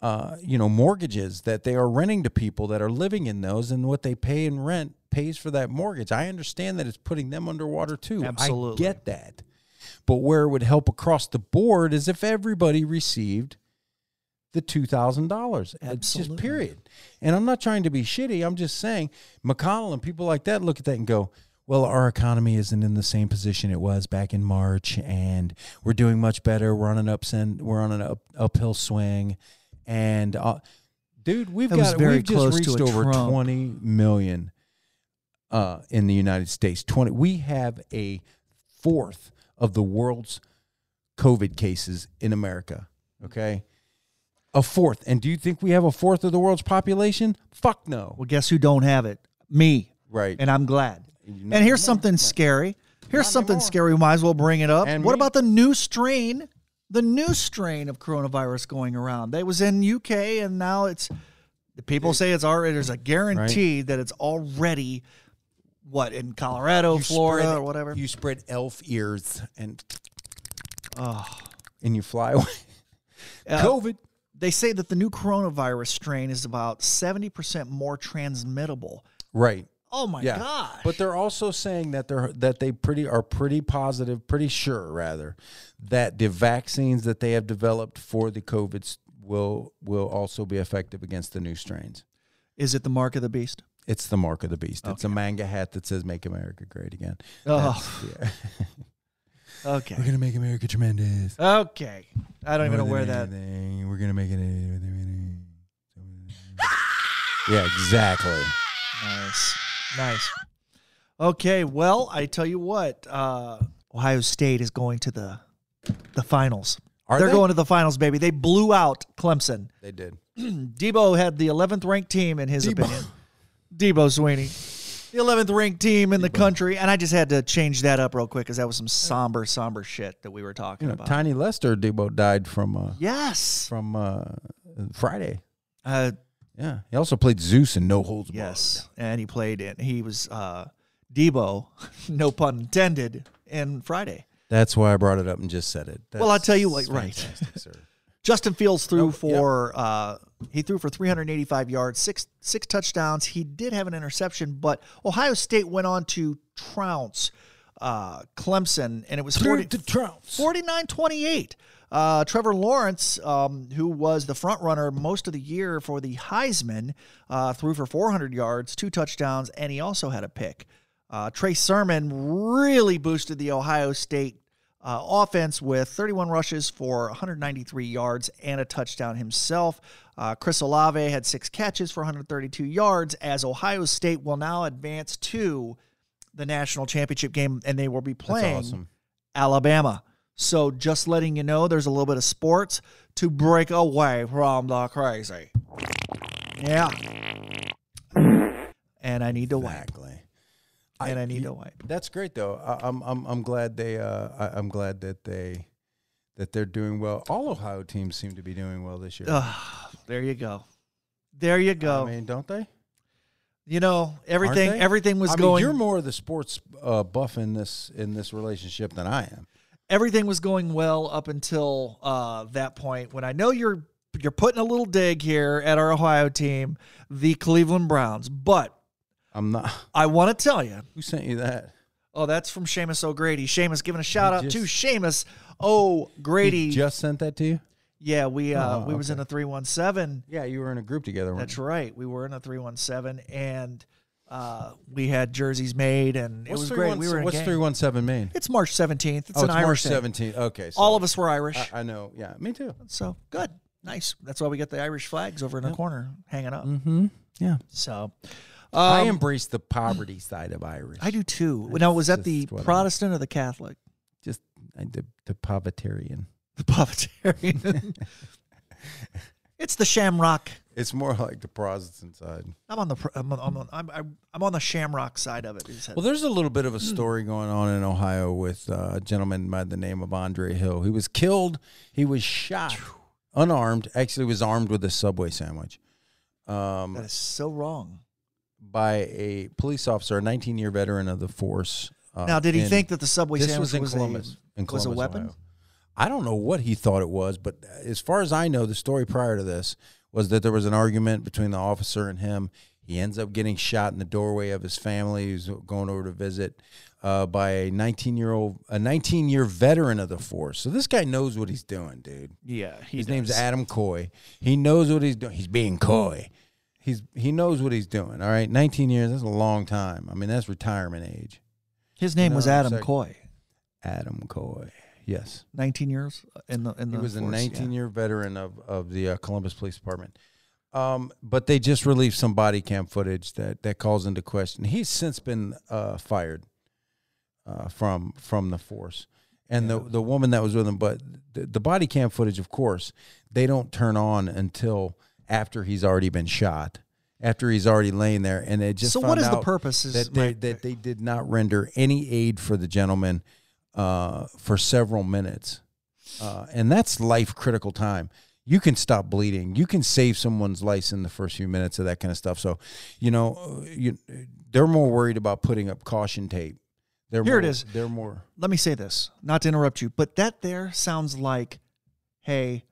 uh, you know, mortgages that they are renting to people that are living in those, and what they pay in rent pays for that mortgage. I understand that it's putting them underwater too. I Absolutely. get that. But where it would help across the board is if everybody received the two thousand dollars. It's just Absolutely. period. And I'm not trying to be shitty. I'm just saying McConnell and people like that look at that and go, "Well, our economy isn't in the same position it was back in March, and we're doing much better. We're on an upsend. We're on an up, uphill swing." And uh, dude, we've That was got very we've just close to reached a over Trump. 20 million uh, in the United States. 20. We have a fourth of the world's COVID cases in America. Okay. A fourth. And do you think we have a fourth of the world's population? Fuck no. well, guess who don't have it? Me. Right. And I'm glad. You know- And here's something scary. Here's something anymore. scary. We might as well bring it up. And what me. about the new strain? The new strain of coronavirus going around. They was in UK and now it's the people say it's already there's a guarantee that it's already what in Colorado, You Florida, spread- or whatever. You spread elf ears and Ugh. and you fly away. Uh, COVID. they say that the new coronavirus strain is about 70% more transmittable. Right. Oh my Yeah. god. But they're also saying that they're that they pretty are pretty positive, pretty sure rather, that the vaccines that they have developed for the COVIDs will will also be effective against the new strains. Is it the mark of the beast? It's the mark of the beast. It's a manga hat that says "Make America Great Again." Oh, [laughs] That's- yeah. We're [laughs] okay. gonna make America tremendous. Okay. I don't even know More where than that anything, We're gonna make it. [laughs] Yeah, exactly. Nice. Nice. Okay, well, I tell you what, uh, Ohio State is going to the the finals. Are They're they? going to the finals, baby. They blew out Clemson. They did. Debo had the 11th ranked team in his opinion. Debo Sweeney. The 11th ranked team in the country, and I just had to change that up real quick cuz that was some somber somber shit that we were talking You know, about. Tiny Lester Debo died from uh, yes. from uh, Friday. Uh, Yeah, he also played Zeus in No Holds Barred. Yes, and he played in. He was uh, Debo, [laughs] no pun intended, in Friday. That's why I brought it up and just said it. Well, I'll That's tell you what, right. fantastic, [laughs] sir. Justin Fields threw Oh, yeah. for uh, he threw for 385 yards, six six touchdowns. He did have an interception, but Ohio State went on to trounce uh, Clemson, and it was 40, Through the troughs. 49 28. Uh, Trevor Lawrence, um, who was the front runner most of the year for the Heisman, uh, threw for 400 yards, two touchdowns, and he also had a pick. Uh, Trey Sermon really boosted the Ohio State uh, offense with 31 rushes for 193 yards and a touchdown himself. Uh, Chris Olave had six catches for 132 yards as Ohio State will now advance to the national championship game, and they will be That's playing awesome. Alabama. So just letting you know, there's a little bit of sports to break away from the crazy. Yeah. And I need to wipe. Exactly. And I need to wipe. That's great though. I, I'm I'm I'm glad they uh I, I'm glad that they that they're doing well. All Ohio teams seem to be doing well this year. Uh, Ugh, there you go. There you go. I mean, don't they? you know, Aren't oh. everything they? everything was I mean, going you're more of the sports uh, buff in this in this relationship than I am. everything was going well up until uh, that point when I know you're you're putting a little dig here at our Ohio team, the Cleveland Browns. But I'm not. [laughs] I want to tell you, Who sent you that? Oh, that's from Seamus O'Grady. Seamus giving a shout out to just- Seamus O'Grady. He just sent that to you. yeah, we uh, Oh, we was in a three one seven. Yeah, you were in a group together. That's right. We were in a three one seven, and uh, we had jerseys made, and it What's was three great. one- We were in a what's game. three one seven mean? It's March seventeenth. It's oh, an it's Irish March thing. seventeenth. Uh, Okay, so All of Um, us were Irish, I, I know. Yeah, me too. so good, nice. That's why we got the Irish flags over in the corner hanging up. Mm-hmm. Yeah, So, I um, embrace the [clears throat] poverty side of Irish. I do too. Now, was that the just what I- Protestant or the Catholic? just I, the the povertarian. [laughs] The Povertarian. it's the Shamrock. It's more like the Protestant side. I'm on the pr- I'm on, I'm on, I'm, I'm, I'm on the Shamrock side of it. is that- Well, there's a little bit of a story going on in Ohio with uh, a gentleman by the name of Andre Hill. He was killed. He was shot, unarmed. Actually, was armed with a subway sandwich um, that is so wrong. by a police officer, a 19 year veteran of the force. Uh, Now, did he in- think that the subway this sandwich was in was Columbus? a in Columbus, was a weapon? Ohio. I don't know what he thought it was, but as far as I know, the story prior to this was that there was an argument between the officer and him. He ends up getting shot in the doorway of his family. He's going over to visit uh, by a 19 year old, a 19 year veteran of the force. So this guy knows what he's doing, dude. Yeah, he His does. name's Adam Coy. He knows what he's doing. He's being coy. He's he knows what he's doing. All right, 19 years. That's a long time. I mean, that's retirement age. His name No, was I'm Adam sorry. Coy. Adam Coy. Yes. 19 years uh, in the in the He was a force, 19 yeah. year veteran of, of the uh, Columbus Police Department. Um, but they just released some body cam footage that, that calls into question. He's since been uh, fired uh, from from the force. And the, the woman that was with him, but the, the body cam footage, of course, they don't turn on until after he's already been shot, after he's already laying there. And they just So found what is the out purpose is- that they, right. that they did not render any aid for the gentleman uh, for several minutes uh, and that's life critical time. You can stop bleeding. You can save someone's life in the first few minutes of that kind of stuff. So, you know, uh, you, they're more worried about putting up caution tape. They're Here it more- is. They're more. Let me say this, not to interrupt you, but that there sounds like, hey,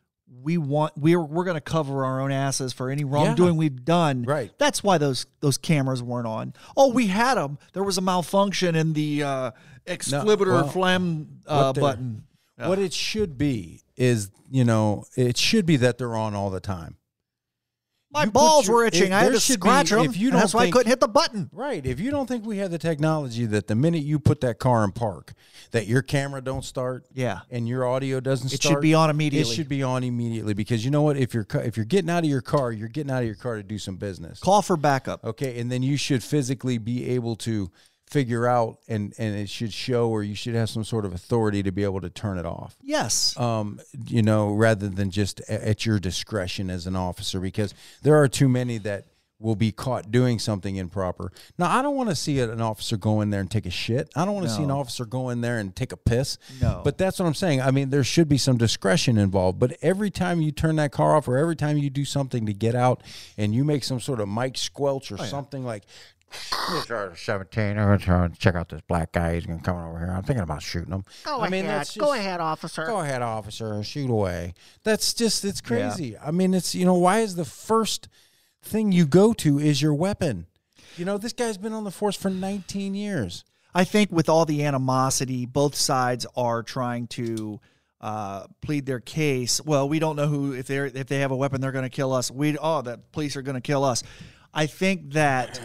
we want we're we're going to cover our own asses for any wrongdoing we've done. Right. That's why those those cameras weren't on. Oh, we had them. There was a malfunction in the uh, explibitor well, flam uh, what they're- button. What it should be is, you know, it should be that they're on all the time. My you put balls your- were itching. if I had there to should be- scratch them. if you and that's don't why I think- couldn't hit the button. Right. If you don't think we have the technology that the minute you put that car in park, that your camera don't start, Yeah. and your audio doesn't It should start, be on immediately. It should be on immediately because you know what? If you're cu- if you're getting out of your car, you're getting out of your car to do some business. Call for backup. Okay, and then you should physically be able to figure out and and it should show or you should have some sort of authority to be able to turn it off. Yes. Um, you know, rather than just a- at your discretion as an officer because there are too many that will be caught doing something improper. Now, I don't want to see an officer go in there and take a shit. I don't want to see an officer go in there and take a piss. No. But that's what I'm saying. I mean, there should be some discretion involved. But every time you turn that car off or every time you do something to get out and you make some sort of mic squelch or something like, Mr. 17, I'm going to check out this black guy. He's going to come over here. I'm thinking about shooting him. Go I mean, ahead. that's Go just- ahead, officer. go ahead, officer, shoot away. That's just, it's crazy. I mean, it's, you know, why is the first thing you go to is your weapon? You know, this guy's been on the force for 19 years. I think with all the animosity, both sides are trying to uh, plead their case. Well, we don't know who if they are if they have a weapon, they're going to kill us. We oh, the police are going to kill us. I think that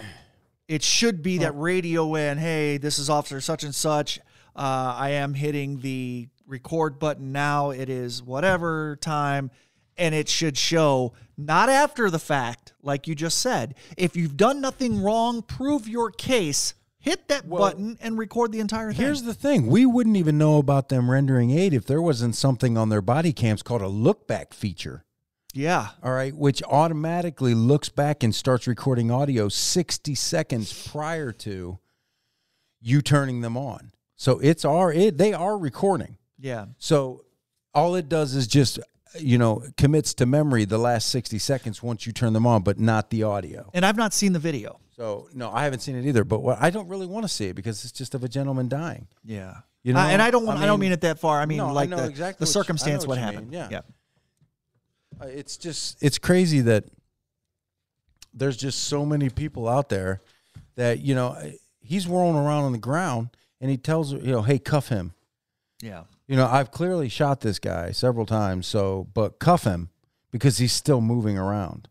it should be that radio in. Hey, this is Officer such and such. Uh, I am hitting the record button now. It is whatever time. And it should show not after the fact, like you just said. If you've done nothing wrong, prove your case, hit that button and record the entire thing. Here's the thing we wouldn't even know about them rendering aid if there wasn't something on their body cams called a look back feature. yeah. All right, which automatically looks back and starts recording audio 60 seconds prior to you turning them on. So it's our it they are recording. Yeah. So all it does is just you know commits to memory the last 60 seconds once you turn them on but not the audio. And I've not seen the video. So no, I haven't seen it either, but what I don't really want to see it because it's just of a gentleman dying. Yeah. You know, I- and I don't want, I, I don't mean- mean it that far. I mean No, I like know the, exactly what you- I the know circumstance what what, you happened. mean, yeah. yeah. Uh, it's just it's crazy that there's just so many people out there that you know he's rolling around on the ground and he tells her, you know, hey, cuff him. Yeah. You know, I've clearly shot this guy several times, so but cuff him because he's still moving around.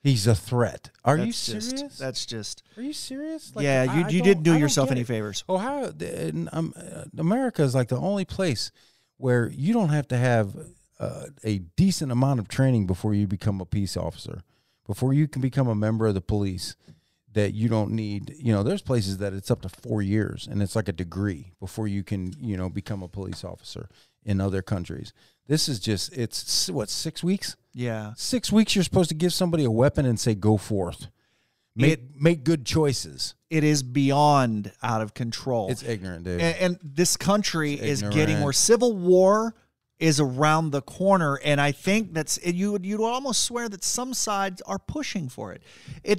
He's a threat. Are you That's serious? Just, that's just. Are you serious? yeah, I- you, I you don't- didn't do I don't yourself get any it. favors. Ohio, th- and, um, uh, America is like the only place where you don't have to have uh, a decent amount of training before you become a peace officer, before you can become a member of the police. That you don't need, you know, there's places that it's up to four years and it's like a degree before you can, you know, become a police officer in other countries. This is just, it's s- what, six weeks? Yeah. Six weeks you're supposed to give somebody a weapon and say, go forth. Make, make good choices. It is beyond out of control. It's ignorant, dude. and, and this country It's is getting ignorant. where civil war is around the corner and i think that's and you would you'd almost swear that some sides are pushing for it it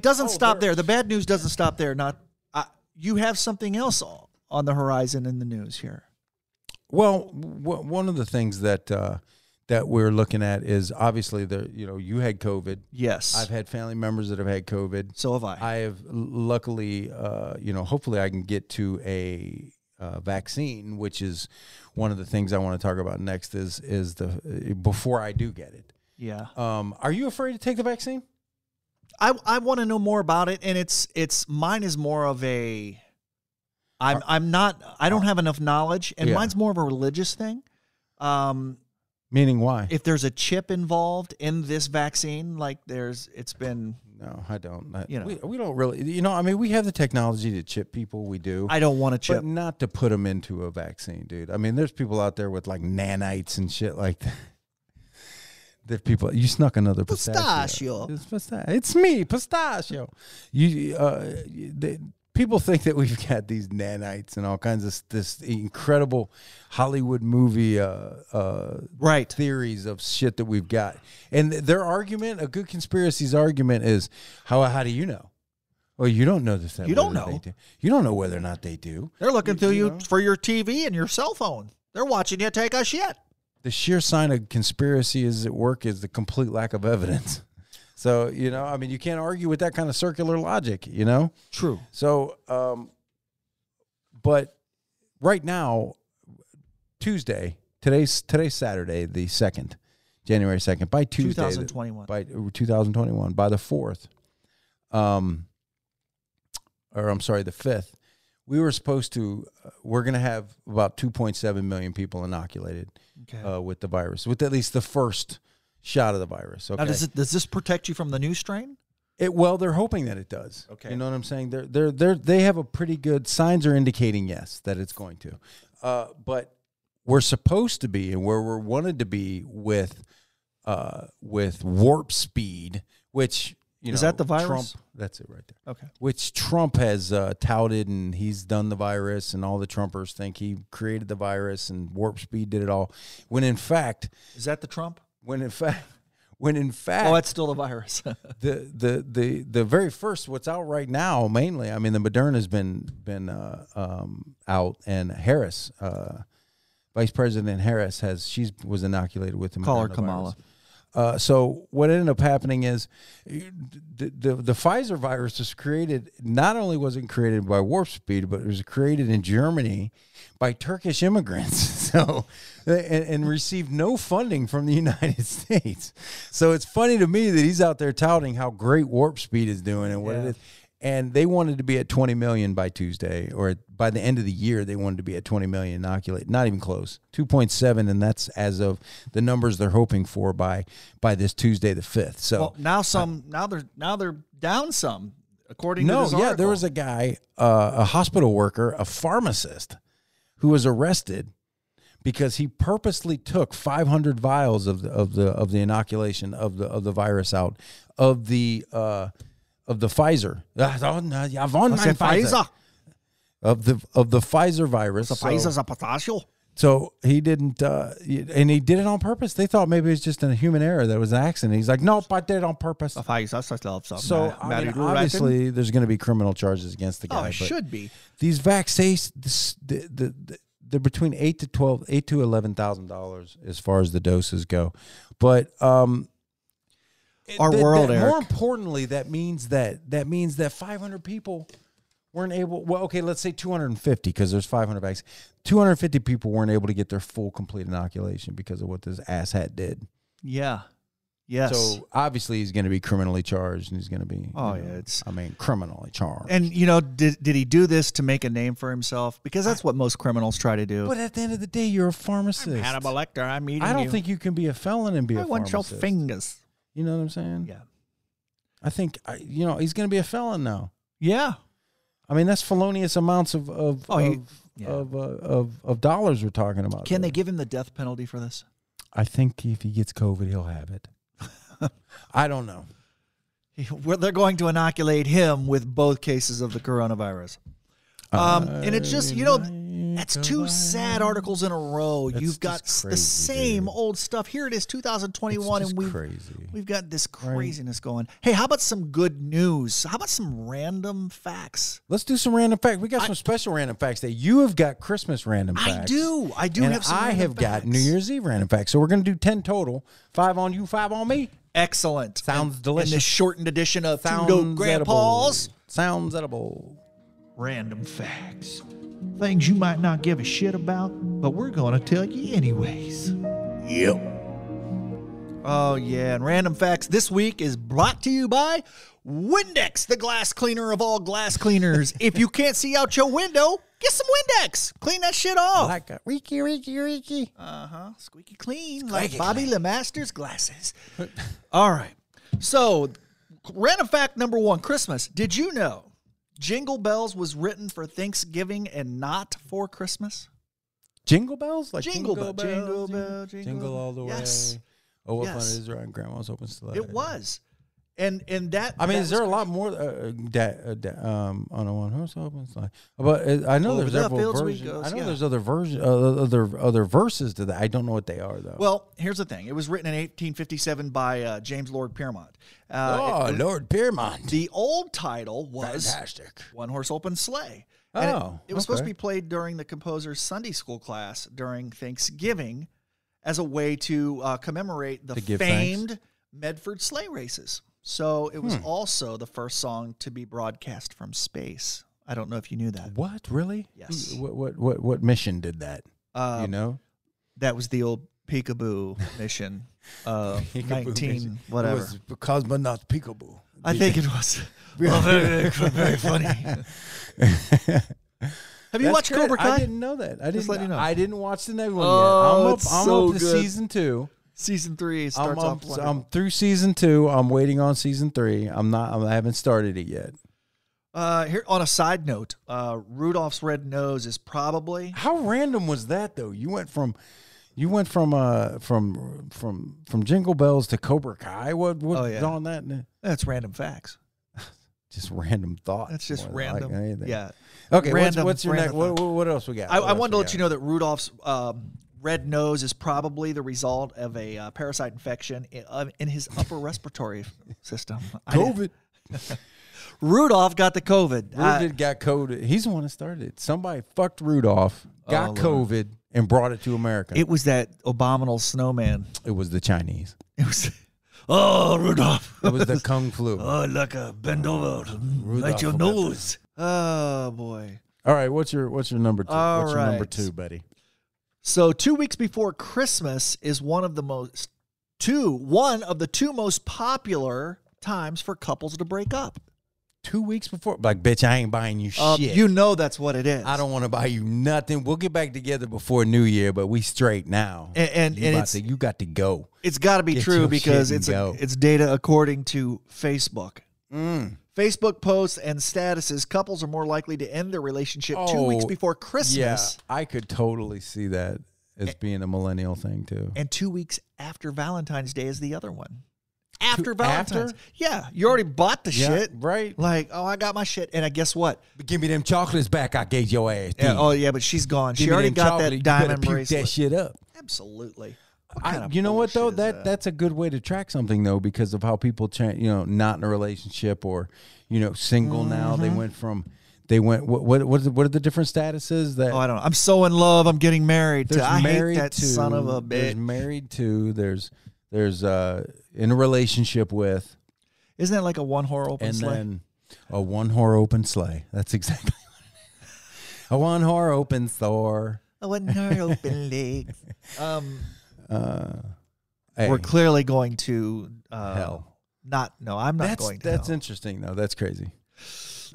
Oh, doesn't stop there the bad news doesn't stop there not I, you have something else o- on the horizon in the news here Well, w- one of the things that uh, that we're looking at is obviously the you know you had COVID. yes I've had family members that have had COVID. so have i, I have l- luckily, uh, you know, hopefully I can get to a uh, vaccine, which is one of the things I want to talk about next. Is is the uh, before I do get it. yeah Um, are you afraid to take the vaccine? i, I want to know more about it and it's it's mine is more of a i'm i'm not i don't have enough knowledge and Yeah. mine's more of a religious thing um Meaning why? if there's a chip involved in this vaccine, like there's, it's been, no, I don't. I- You know. we, we don't really. You know, I mean, we have the technology to chip people. We do. I don't want a chip. But not to put them into a vaccine, dude. I mean, there's people out there with like nanites and shit like that. [laughs] There's people. You snuck another pistachio. Pistachio. It's pistachio. It's me, pistachio. You, uh, you- they, people think that we've got these nanites and all kinds of s- this incredible Hollywood movie uh, uh, right. theories of shit that we've got. And th- their argument, a good conspiracy's argument is how how do you know? Well, you don't know this. You don't know. You don't know whether or not they do. They're looking You- through you you, know. for your TV and your cell phone. They're watching you take a shit. The sheer sign of conspiracy is at work is the complete lack of evidence. [laughs] So you know, I mean, you can't argue with that kind of circular logic. You know. True. So, um, but right now, Tuesday, today's today's Saturday, the second, January second. By Tuesday, the- 2021. by 2021 by the 4th um or I'm sorry the 5th we were supposed to uh, we're going to have about 2.7 million people inoculated Okay. uh, with the virus with at least the first shot of the virus okay Now, does it, does this protect you from the new strain? It- well they're hoping that it does Okay. you know what I'm saying they're they're they're they have a pretty good signs are indicating yes that it's going to uh but we're supposed to be and where we're wanted to be with uh with warp speed which you Is know that the virus? Trump that's it right there Okay. which Trump has uh, touted and he's done the virus and all the Trumpers think he created the virus and warp speed did it all when in fact Is that the Trump? when in fact [laughs] when in fact Oh, that's still the virus. [laughs] the the the the very first what's out right now mainly i mean the moderna's been been uh, um, out and harris uh, vice president harris has she's was inoculated with the Call her Moderna Kamala. virus. Uh, so what ended up happening is you- the, the the Pfizer virus was created. Not only was it created by warp speed, but it was created in Germany by Turkish immigrants. [laughs] So and, and received no funding from the [laughs] United States. So it's funny to me that he's out there touting how great warp speed is doing and what it Yeah. is. And they wanted to be at 20 million by Tuesday, or by the end of the year, they wanted to be at 20 million inoculated. Not even close. 2.7, and that's as of the numbers they're hoping for by by this Tuesday the 5th. So well, now some, now they're, now they're down some, according to no, this yeah, there was article. a guy, uh, a hospital worker, a pharmacist, who was arrested because he purposely took 500 vials of the of the of the inoculation of the of the virus out of the uh, of the Pfizer. [laughs] Ah, oh, no, yeah, von I said, Pfizer. Pfizer. of the of the Pfizer virus. The So- Pfizer's a potassium. so he didn't, uh, and he did it on purpose. They thought maybe it was just a human error that it was an accident. He's like, nope, I did it on purpose. The Pfizer's a love some. So I mean, obviously, there's going to be criminal charges against the guy. oh, it but- should be. these vaccines this, the, the, the, they're between eight to twelve eight to eleven thousand dollars as far as the doses go but um Our that- world, that- Eric. more importantly that means that that means that 500 people weren't able. Well, okay, let's say 250 because there's 500 vaccines. 250 people weren't able to get their full complete inoculation because of what this asshat did. Yeah. Yes. So obviously he's going to be criminally charged, and he's going to be. you know, Oh, yeah, it's- I mean, criminally charged. and you know, did did he do this to make a name for himself? Because that's what most criminals try to do. but at the end of the day, you're a pharmacist. Hannibal Lecter, I'm eating I don't you. think you can be a felon and be a I want your pharmacist. fingers. You know what I'm saying? Yeah. I think I, you know he's going to be a felon now. Yeah. I mean, that's felonious amounts of of Oh, of, he- yeah. of, uh, of of dollars we're talking about. Can they there. give him the death penalty for this? [laughs] I think if he gets COVID, he'll have it. [laughs] I don't know. Well, they're going to inoculate him with both cases of the coronavirus. Um, and it's just, you know, That's two sad articles in a row. That's You've got just s- the crazy, same dude. old stuff. Here it is, 2021, and we've crazy. we've got this craziness going. Hey, how about some good news? How about some random facts? Let's do some random facts. We got some special random facts that you have got Christmas random facts. I do. I do and have. Some I random have got facts. New Year's Eve random facts. So we're going to do 10 total. Five on you, five on me. Excellent. Sounds And- delicious. And this shortened edition of Two Sounds Dope Grandpas. edible. Sounds edible. Random facts. Things you might not give a shit about, but we're going to tell you anyways. Yep. Oh, yeah. And random facts this week is brought to you by Windex, the glass cleaner of all glass [laughs] cleaners. if you can't see out your window, get some Windex. Clean that shit off. Like a reeky, reeky, reeky. Uh huh. Squeaky clean, like Squeaky Bobby Lemaster's glasses. [laughs] All right. So, random fact number one Christmas. Did you know Jingle Bells was written for Thanksgiving and not for Christmas? Jingle bells? Like Jingle bell, jingle bells, bell, jingle- Jingle all the way. Yes. Oh, what Yes. fun it is riding grandma's open sleigh. It was. And and that I mean, that is there was- a lot more uh, that uh, da- um, on a one horse open sleigh? But uh, I know Over there's the several fields we versions. goes, I know yeah. there's other version, uh, other other verses to that. I don't know what they are though. Well, here's the thing. It was written in 1857 by uh, James Lord Piermont. Uh, oh, it- Lord Piermont, the old title was fantastic. One Horse Open Sleigh. And it- Oh, it, was supposed to okay. be played during the composer's Sunday school class during Thanksgiving as a way to uh, commemorate the To give thanks. Hmm. famed Medford sleigh races. So it was also the first song to be broadcast from space. I don't know if you knew that. What really? Yes. What what what, what mission did that? Uh, you know, That was the old peekaboo [laughs] mission of Peekaboo 19, mission. whatever. cosmonaut peekaboo. I think [laughs] it was. Well, very, very, very funny. Have you That's watched great. Cobra I Kai? didn't know that. I didn't. let you know. I didn't watch the next one Oh, yet. I'm up. it's I'm so up to good. season two. Season three I'm, starts up, off. wonderful. I'm through season two. I'm waiting on season three. I'm not. I'm, I haven't started it yet. Uh, here on a side note, uh, Rudolph's red nose is probably How random was that though? You went from you went from uh from from from Jingle Bells to Cobra Kai. What what Oh, yeah. on that? that's random facts. Just random thoughts. That's just more than like random. anything. yeah, Okay. Random- what's, what's your next? random What, thought. what else we got? I, What I else wanted we to let got? you know that Rudolph's um, red nose is probably the result of a uh, parasite infection in, uh, in his upper respiratory [laughs] system. I didn't- COVID. Rudolph got the COVID. Uh, Rudolph got COVID. He's the one that started it. Somebody fucked Rudolph, got Oh, Lord. COVID, and brought it to America. it was that abominable snowman. it was the Chinese. It was. [laughs] Oh, Rudolph. It was [laughs] the Kung Flu. Oh, like a bend over, Rudolph like your will get nose. Oh boy. All right, what's your what's your number two? All what's your number right. two, buddy? So two weeks before Christmas is one of the most two one of the two most popular times for couples to break up. Two weeks before, like, bitch, I ain't buying you Um, shit. you know that's what it is. I don't want to buy you nothing. We'll get back together before New Year, but we straight now. And- and- you, and about it's- to- you got to go. It's got to be Get true your because shit and it's go. it's data according to Facebook. Mm. Facebook posts and statuses. Couples are more likely to end their relationship two Oh, weeks before Christmas Yeah, I could totally see that as being a millennial thing too. and two weeks after Valentine's Day is the other one. After Two- Valentine's, after? yeah, you already bought the Yeah, shit, right. Like, oh, I got my shit, and I guess what? Give me them chocolates back I gave your ass. Yeah, dude. oh yeah, but she's gone. Give she me already them got chocolate. that You better diamond puke bracelet. that shit up. Absolutely. What I, kind of you know what though bullshit is that, that's a good way to track something though because of how people change you know not in a relationship or you know single now Mm-hmm. they went from they went what what what, is, what are the different statuses that oh, I don't know. I'm so in love. I'm getting married. To, there's I hate married that to son of a there's bitch. married to there's there's uh in a relationship with Isn't that like a one whore open and sleigh? then A one whore open sleigh. That's [laughs] exactly. What it is. A one whore open store. I wasn't [laughs] her open legs. Um, Uh, hey, We're clearly going to uh, hell. Not no, I'm not That's going to. that's hell. interesting though. That's crazy. I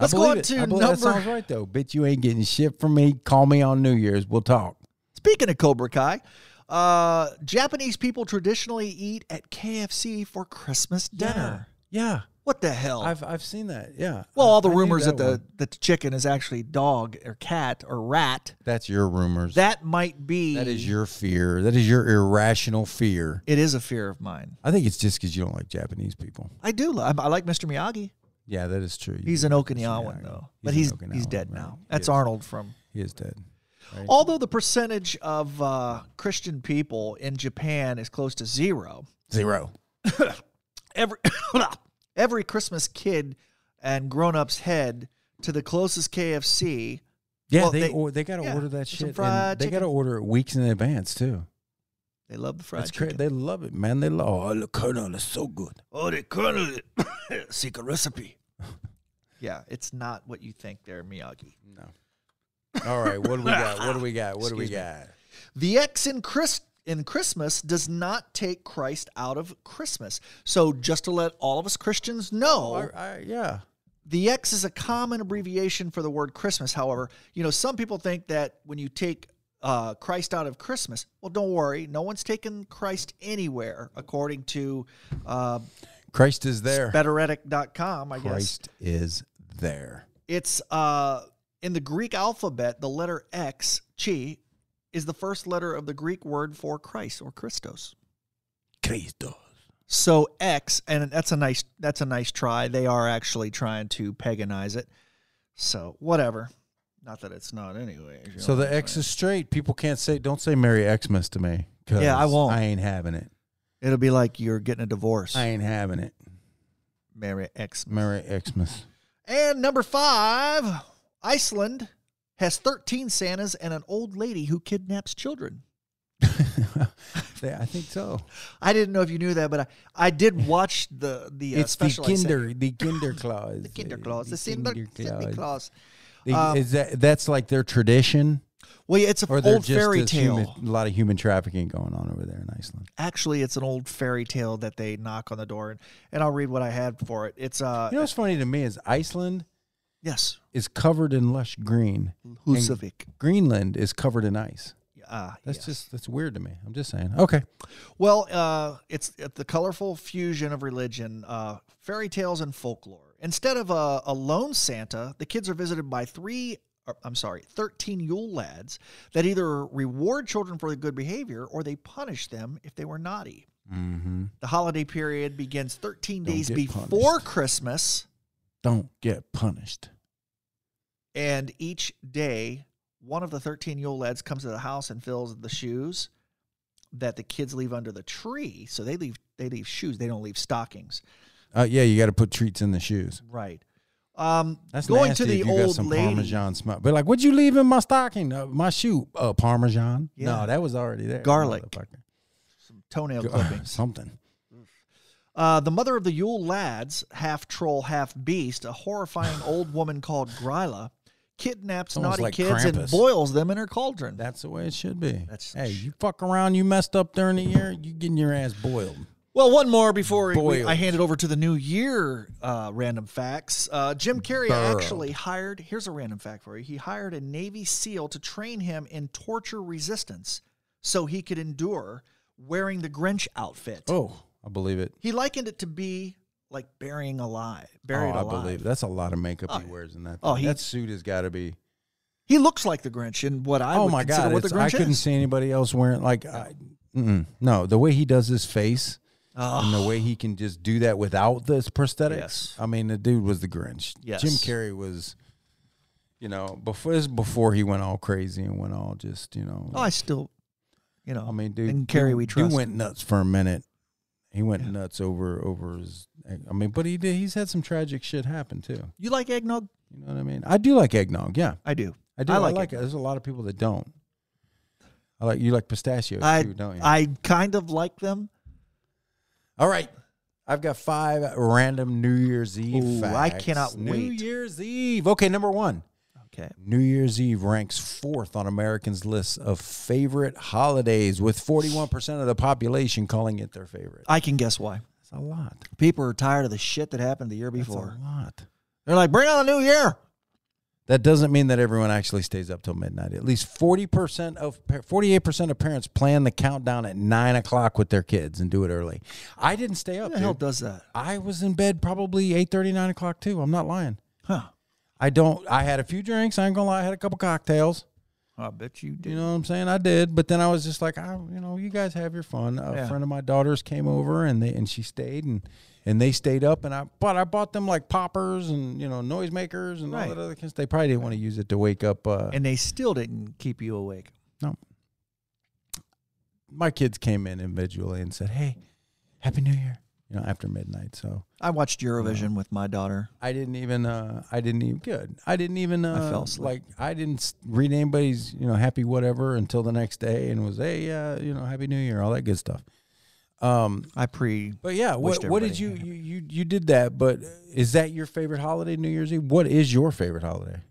Let's go believe on it. to I believe That number- sounds right though. Bitch, you ain't getting shit from me. Call me on New Year's. We'll talk. Speaking of Cobra Kai, uh, Japanese people traditionally eat at KFC for Christmas dinner. Yeah, What the hell? I've I've seen that. Yeah. well, I- all the I knew rumors that, that the one. that the chicken is actually dog or cat or rat. that's your rumors. That might be. that is your fear. That is your irrational fear. It is a fear of mine. I think it's just because you don't like Japanese people. I do. Love, I like Mr. Miyagi. Yeah, that is true. You He's do an like Mr. Okinawan Miyagi. though, but an he's he's Okinawan, dead right. now. He That's is- Arnold from He is dead. Although the percentage of uh, Christian people in Japan is close to zero, Zero. every [coughs] every Christmas kid and grown ups head to the closest KFC. Yeah, Well, they they- they, they got to yeah, order that some shit. fried And they got to chicken. order it weeks in advance too. They love the fried That's crazy. chicken. They love it, man. They love. Oh, the colonel is so good. oh, they [coughs] colonel seek a recipe. [laughs] yeah, it's not what you think there, Miyagi. No. All right, what do we got? What do we got? What do we Excuse me. got? The X in Chris in Christmas does not take Christ out of Christmas. So just to let all of us Christians know, Oh, I, I, yeah. The X is a common abbreviation for the word Christmas. However, you know, some people think that when you take uh, Christ out of Christmas, well, don't worry. No one's taken Christ anywhere, according to uh, Christ is there. Betteretic.com, I guess. Christ is there. It's uh, in the Greek alphabet, the letter X, chi, is the first letter of the Greek word for Christ or Christos. Christos. So X, and that's a nice that's a nice try. They are actually trying to paganize it. So whatever. Not that it's not anyway. you know So what the I'm X saying. is straight. People can't say, don't say Merry Xmas to me. 'cause Yeah, I won't. I ain't having it. It'll be like you're getting a divorce. I ain't having it. Mary X. Merry Xmas. And number five, Iceland has 13 Santas and an old lady who kidnaps children. They- I think so. I didn't know if you knew that, but I, [laughs] I did watch the the uh, it's the special I sent- Kinder, the [laughs] Kinder Claus, the Kinder Claus, the Santa Santa Claus. The- Um, is that that's like their tradition, Well, yeah, it's an or they're old just fairy this tale. human- a lot of human trafficking going on over there in Iceland. Actually, it's an old fairy tale that they knock on the door, and, and I'll read what I had for it. It's uh, You know what's funny to me is Iceland yes, is covered in lush green. Husavik. Greenland is covered in ice. Ah, That's yes. just that's weird to me. I'm just saying. Okay. Well, uh, it's it's the colorful fusion of religion, uh, fairy tales, and folklore. Instead of a, a lone Santa, the kids are visited by three. or, I'm sorry, 13 Yule lads that either reward children for their good behavior or they punish them if they were naughty. Mm-hmm. The holiday period begins 13 Don't days get before punished. Christmas, Don't get punished. and each day, one of the 13 Yule lads comes to the house and fills the shoes that the kids leave under the tree. So they leave they leave shoes, they don't leave stockings. Uh, yeah, you got to put treats in the shoes. Right. Um, That's going nasty to the if you old got some lady. Parmesan smell. But like, what'd you leave in my stocking? Uh, my shoe? Uh, Parmesan? Yeah. No, that was already there. Garlic. motherfucker. Toenail Go- [laughs] clippings. Something. Uh, the mother of the Yule lads, half troll, half beast, [laughs] a horrifying old woman called Gryla, kidnaps Almost naughty like kids and Krampus. boils them in her cauldron. That's the way it should be. That's- hey, you fuck around, you messed up during the year, you getting your ass boiled. well, one more before we- Boiled. I hand it over to the new year uh, random facts. Uh, Jim Carrey Burl. actually hired, here's a random fact for you. He hired a Navy SEAL to train him in torture resistance so he could endure wearing the Grinch outfit. Oh, I believe it. He likened it to be like burying alive, buried oh, I alive. believe it. That's a lot of makeup Oh, he yeah. wears in that. Oh, thing. he- that suit has got to be. He looks like the Grinch in what I oh would my consider god, what the it's- I Grinch couldn't is. see anybody else wearing like. I, mm-mm. no, the way he does his face Oh, and the way he can just do that without this prosthetics. Yes. I mean, the dude was the Grinch. Yes. Jim Carrey was. You know, before this is before he went all crazy and went all just you know. oh, I still, you know, I mean, dude, and Carrey dude- we trust. Dude went nuts for a minute. He went Yeah. nuts over over his. I mean, but he did. He's had some tragic shit happen too. you like eggnog? You know what I mean? I do like eggnog. Yeah, I do. I do. I I like like, it. There's a lot of people that don't. I like you like pistachios I too, don't you? I kind of like them. All right, I've got five random New Year's Eve. Ooh, I facts. cannot New wait. Year's Eve. Okay, number one. Okay. New Year's Eve ranks fourth on Americans' list of favorite holidays, with 41% of the population calling it their favorite. I can guess why. That's a lot. People are tired of the shit that happened the year That's a before. lot. They're like, bring on a new year. That doesn't mean that everyone actually stays up till midnight. At least 40% of pa- 48% of parents plan the countdown at nine o'clock with their kids and do it early. I didn't stay Who up. the hell dude. does that? I was in bed probably 8:30, 9 o'clock too. I'm not lying. Huh. I don't. I had a few drinks. I ain't gonna lie. I had a couple cocktails. I bet you do. You know what I'm saying? I did, but then I was just like, I, you know, you guys have your fun. A Yeah. friend of my daughter's came over, and they and she stayed, and and they stayed up, and I but I bought them like poppers and you know noisemakers and Right. all that other kinds. They probably didn't want to use it to wake up. Uh, And they still didn't keep you awake. my kids came in individually and said, "Hey, Happy New Year!" You know, after midnight. So I watched Eurovision with my daughter. I didn't even. Uh, I didn't even. Good. I didn't even. Uh, I fell asleep. Like I didn't s- read anybody's. You know, happy whatever until the next day, and was hey, uh, you know, happy New Year, all that good stuff. Um, I pre but yeah, Wished what what did everybody you, happy. you you you did that? But is that your favorite holiday, New Year's Eve? What is your favorite holiday?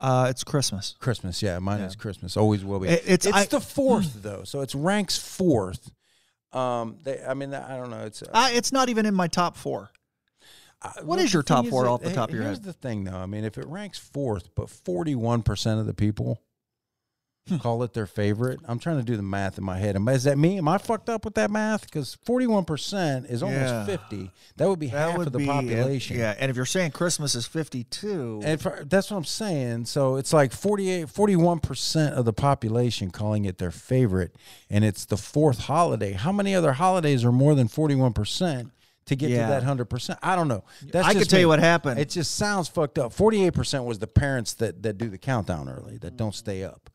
uh it's Christmas. Christmas. Yeah, mine Yeah. is Christmas. Always will be. It- it's It's, I, Mm. the fourth though, so it's ranks fourth. Um, they, I mean, I don't know. It's uh, I, it's not even in my top four. I- What well, is your the top thing four that- off the hey, top of your Here's head? the thing, though. I mean, if it ranks fourth, but 41% of the people Hmm. call it their favorite, I'm trying to do the math in my head. Am I- Is that me? Am I fucked up with that math? Because 41% is almost Yeah. 50. That would be half of the population. yeah, and if you're saying Christmas is fifty-two, And for, that's what I'm saying. So it's like 48, 41% of the population calling it their favorite, and it's the fourth holiday. How many other holidays are more than 41% to get Yeah. to that 100%? I don't know. That's I could just tell me. you what happened. It just sounds fucked up. 48% was the parents that, that do the countdown early, that don't stay up.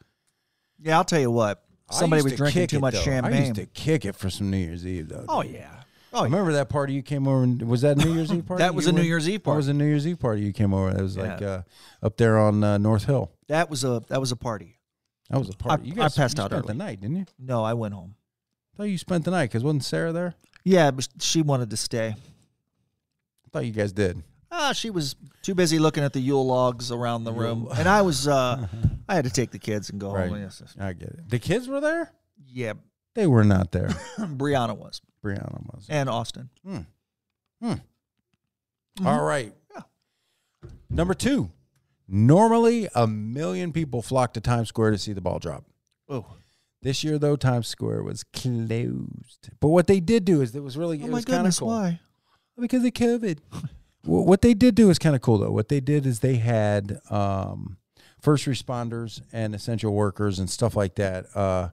yeah, I'll tell you what. I Somebody used was to drinking kick too it, much though. I champagne. used to kick it for some New Year's Eve, though. oh dude. yeah, oh yeah. Remember that party you came over? And, was that a New Year's [laughs] Eve party? That was you a New went- Year's Eve That was party. a New Year's Eve party you came over. It was like Yeah. uh, up there on uh, North Hill. That was a that was a party. That was a party. you I guys passed you out spent the early. night, didn't you? No, I went home. I thought you spent the night because wasn't Sarah there? Yeah, but she wanted to stay. I thought you guys did. Ah, she was too busy looking at the Yule logs around the room, and I was. [laughs] uh I had to take the kids and go home. Right. Oh, Yes, yes. I get it. The kids were there. Yeah, [clears throat] They were not [laughs] there. Brianna was, Brianna was. and Austin. All right. Mm-hmm. Yeah. Number two. Normally, a million people flock to Times Square to see the ball drop. Oh, This year, though, Times Square was closed. But what they did do is it was really oh it my was kind of goodness, cool why? because of COVID. Wh- what they did do is kind of cool though. What they did is they had um, first responders and essential workers and stuff like that. Uh,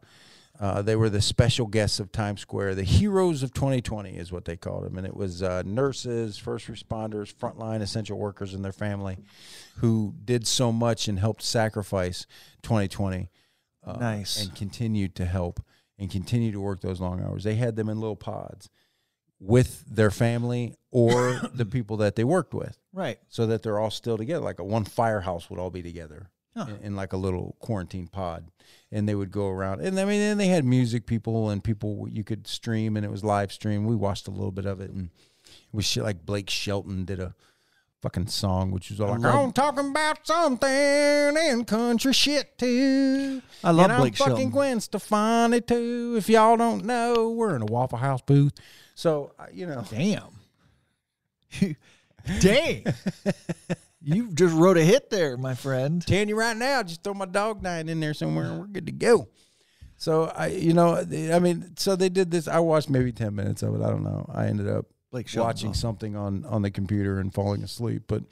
uh, they were the special guests of Times Square, the heroes of 2020 is what they called them, and it was uh, nurses, first responders, frontline essential workers, and their family who did so much and helped sacrifice 2020 uh, Nice. and continued to help and continue to work those long hours. They had them in little pods with their family or [coughs] the people that they worked with Right. so that they're all still together. Like a one firehouse would all be together Huh. in, in like a little quarantine pod, and they would go around. And I mean, and they had music people and people you could stream, and it was live stream. We watched a little bit of it, and it was shit like Blake Shelton did a fucking song, which was all like, love- "I'm talking about something and country shit too." I love and I'm Blake fucking Shelton. Gwen Stefani too. If y'all don't know, we're in a Waffle House booth, so uh, you know. Damn. Dang. you just wrote a hit there, my friend. telling you right now, just throw my dog night in there somewhere and we're good to go. So I, you know, they- I mean, so they did this. I watched maybe ten minutes of it. I don't know. I ended up Blake Shelton. Oh. watching something on on the computer and falling asleep. But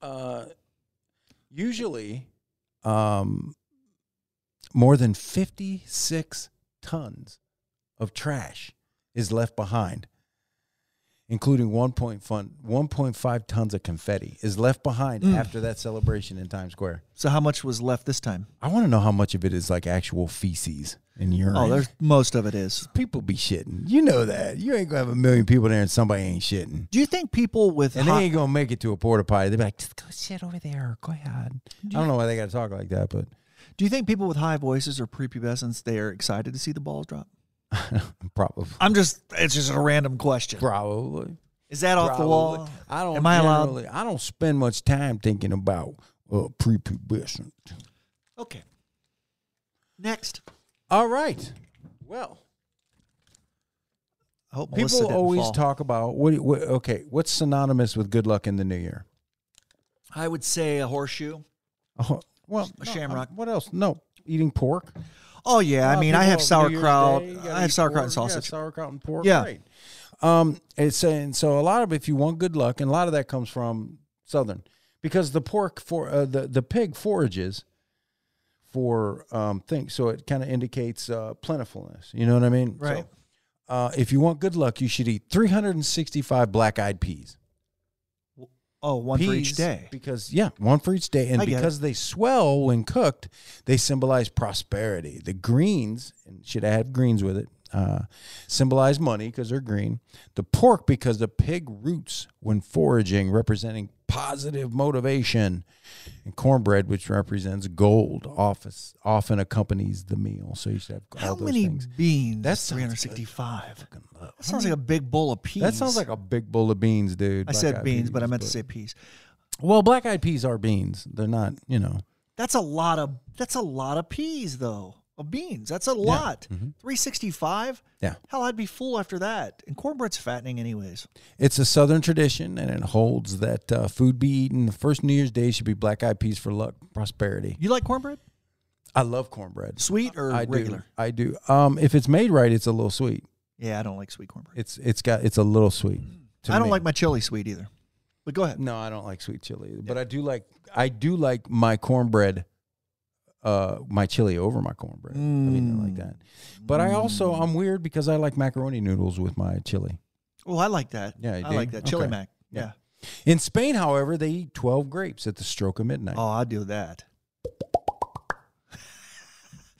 uh, usually, um, more than fifty six tons of trash is left behind, including 1.5 1.5 tons of confetti is left behind Mm. after that celebration in Times Square. So how much was left this time? I want to know how much of it is like actual feces and urine. Oh, there's most of it is. people be shitting. You know that. You ain't gonna have a million people there and somebody ain't shitting. Do you think people with And hot- they ain't gonna make it to a porta potty. They be like, just go sit over there. Go ahead. I don't know why they gotta talk like that, but do you think people with high voices or prepubescence they are excited to see the balls drop? Probably. I'm just it's just a random question. Probably. Is that off the wall? Probably. I don't. Am I allowed- generally- I don't spend much time thinking about uh, prepubescent. Okay. Next. All right. Well, I hope Melissa people didn't always fall. talk about what, what. Okay, what's synonymous with good luck in the new year? I would say a horseshoe. Oh, well, A no, I'm- shamrock. What else? No, eating pork. Oh yeah, I Uh, mean I people have on New Year's sauerkraut. Day, you gotta I have eat sauerkraut pork. and Yeah, sausage. sauerkraut and pork. Yeah. Great. Um, it's and so a lot of if you want good luck, and a lot of that comes from southern because the pork for uh, the the pig forages for um things, so it kind of indicates uh, plentifulness. You know what I mean? Right. So, uh, if you want good luck, you should eat 365 black-eyed peas. Oh, one for each Peas, day. Because yeah, one for each day, and I get it. because they swell when cooked, they symbolize prosperity. The greens and should add greens with it. Uh, symbolize money because they're green. The pork because the pig roots when foraging, representing positive motivation, and cornbread which represents gold. Office often accompanies the meal, so you should have all How those many things. beans? That That's sounds good. 365. That sounds like a big bowl of peas. That sounds like a big bowl of beans, dude. I said Black-eyed beans, but I meant to say peas. Well, black-eyed peas are beans. They're not, you know. That's a lot of that's a lot of peas though. Of beans. That's a lot. Mm-hmm. 365? Yeah. Hell, I'd be full after that. And cornbread's fattening anyways. It's a Southern tradition, and it holds that uh, food be eaten. The first New Year's Day should be black eyed peas for luck, prosperity. You like cornbread? I love cornbread. Sweet or I regular? do. I do. Um, if it's made right, it's a little sweet. Yeah, I don't like sweet cornbread. It's it's got it's a little sweet. to Mm. I don't me. like my chili sweet either. But go ahead. No, I don't like sweet chili, either, but I do like I do like my cornbread, uh, my chili over my cornbread. I mean, Mm. I like that. But I also I'm weird because I like macaroni noodles with my chili. Oh, I like that. Yeah, you I do? like that. Chili Okay. mac. Yeah. yeah. In Spain, however, they eat twelve grapes at the stroke of midnight. Oh, I do that.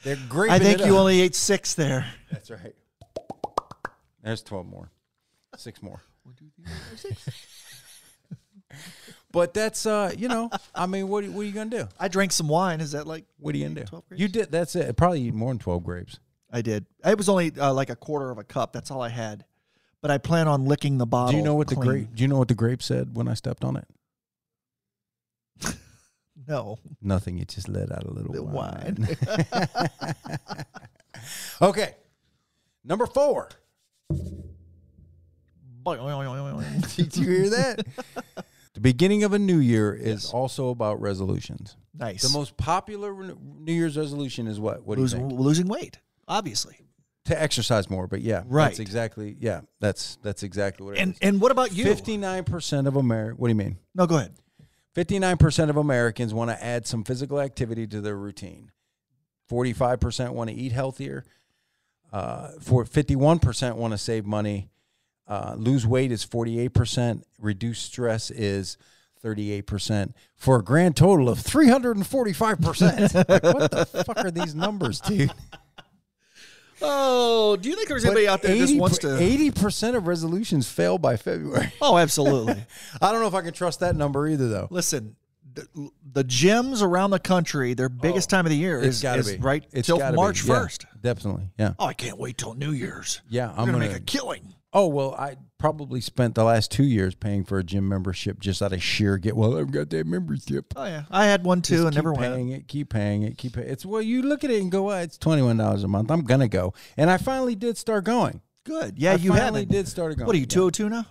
They're great. I think you only ate six there. That's right. There's 12 more. Six more. but that's uh, you know, I mean, what what are you gonna do? I drank some wine. Is that like What are you gonna do? 12 grapes? You did that's it. Probably eat more than 12 grapes. I did? It was only uh, like a quarter of a cup. That's all I had. But I plan on licking the bottle. Do you know what the clean. grape do you know what the grape said when I stepped on it? No. [laughs] Nothing. It just let out a little The wine. [laughs] okay. Number [laughs] four. Did you hear [laughs] that? the beginning of a new year is also about resolutions. nice. The most popular re- New Year's resolution is what? What do you losing, think? losing weight, obviously. To exercise more, but yeah, Right. That's exactly. Yeah, that's that's exactly what. And and what about you? fifty nine percent of America. What do you mean? No, go ahead. Fifty nine percent of Americans want to add some physical activity to their routine. Forty five percent want to eat healthier. Uh, for fifty one percent want to save money. Uh, lose weight is forty eight percent. Reduce stress is. 38% for a grand total of 345%. [laughs] like, what the fuck are these numbers, dude? Oh, do you think there's But anybody out there that just wants per- to? 80% of resolutions fail by February. [laughs] Oh, absolutely. I don't know if I can trust that number either, though. [laughs] Listen, the, the gyms around the country, their biggest time of the year Oh, It's is, got to is be. right It's till gotta be. March Yeah, 1st. definitely. Yeah. Oh, I can't wait till New Year's. Yeah. I'm I'm going going to make a killing. Oh, well, I probably spent the last two years paying for a gym membership just out of sheer get. Well, I've got that membership. Oh, yeah. I had one too Just and never keep went. paying it, keep paying it, keep paying It's well, you look at it and go, well, it's $21 a month. I'm going to go. And I finally did start going. Good. Yeah, I you finally haven't. did start going. What are you, Yeah. 202 now?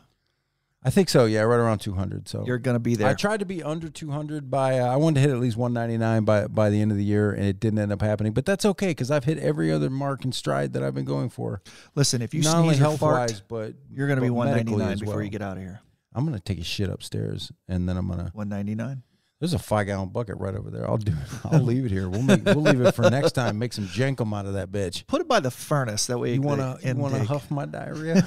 I think so. Yeah. Right around 200. So You're going to be there. I tried to be under 200 by uh, I wanted to hit at least 199 by by the end of the year, and it didn't end up happening. But that's okay because I've hit every other mark and stride that I've been going for. Listen, if you Not only sneeze or health fart, wise, but you're going to be but medically 199 as before well. you get out of here. I'm gonna take a shit upstairs, and then I'm gonna. 199. There's a five gallon bucket right over there. I'll do. I'll leave it [laughs] here. We'll make, we'll leave it for next time. Make some jankum out of that bitch. Put it by the furnace. That way You wanna want you wanna huff my diarrhea?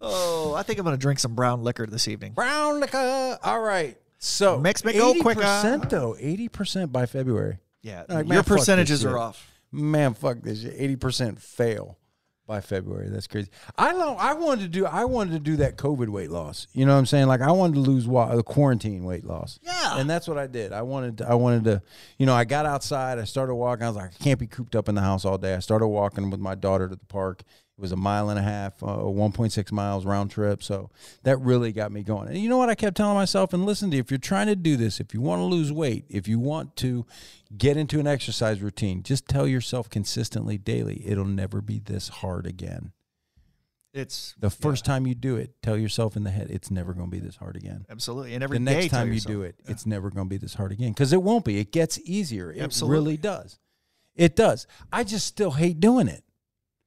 Oh, I think I'm going to drink some brown liquor this evening. Brown liquor. All right. So Makes me go quicker. 80% though. Eighty percent by February. Yeah. Like, man, your fuck this percentages are shit. off. Man, fuck this. Eighty percent fail. by February. That's crazy. I don't. I wanted to do. I wanted to do that COVID weight loss. You know what I'm saying? Like I wanted to lose wa- the quarantine weight loss. Yeah. And that's what I did. I wanted. To, I wanted to. You know, I got outside. I started walking. I was like, I can't be cooped up in the house all day. I started walking with my daughter to the park. It was a mile and a half, uh, 1.6 miles round trip. So that really got me going. And you know what? I kept telling myself, and listen to you, if you're trying to do this, if you want to lose weight, if you want to get into an exercise routine, just tell yourself consistently daily, it'll never be this hard again. It's The first time you do it, tell yourself in the head, it's never going to be this hard again. absolutely. And every the day next tell time you yourself. do it, it's never going to be this hard again because it won't be. It gets easier. It Absolutely. really does. It does. I just still hate doing it.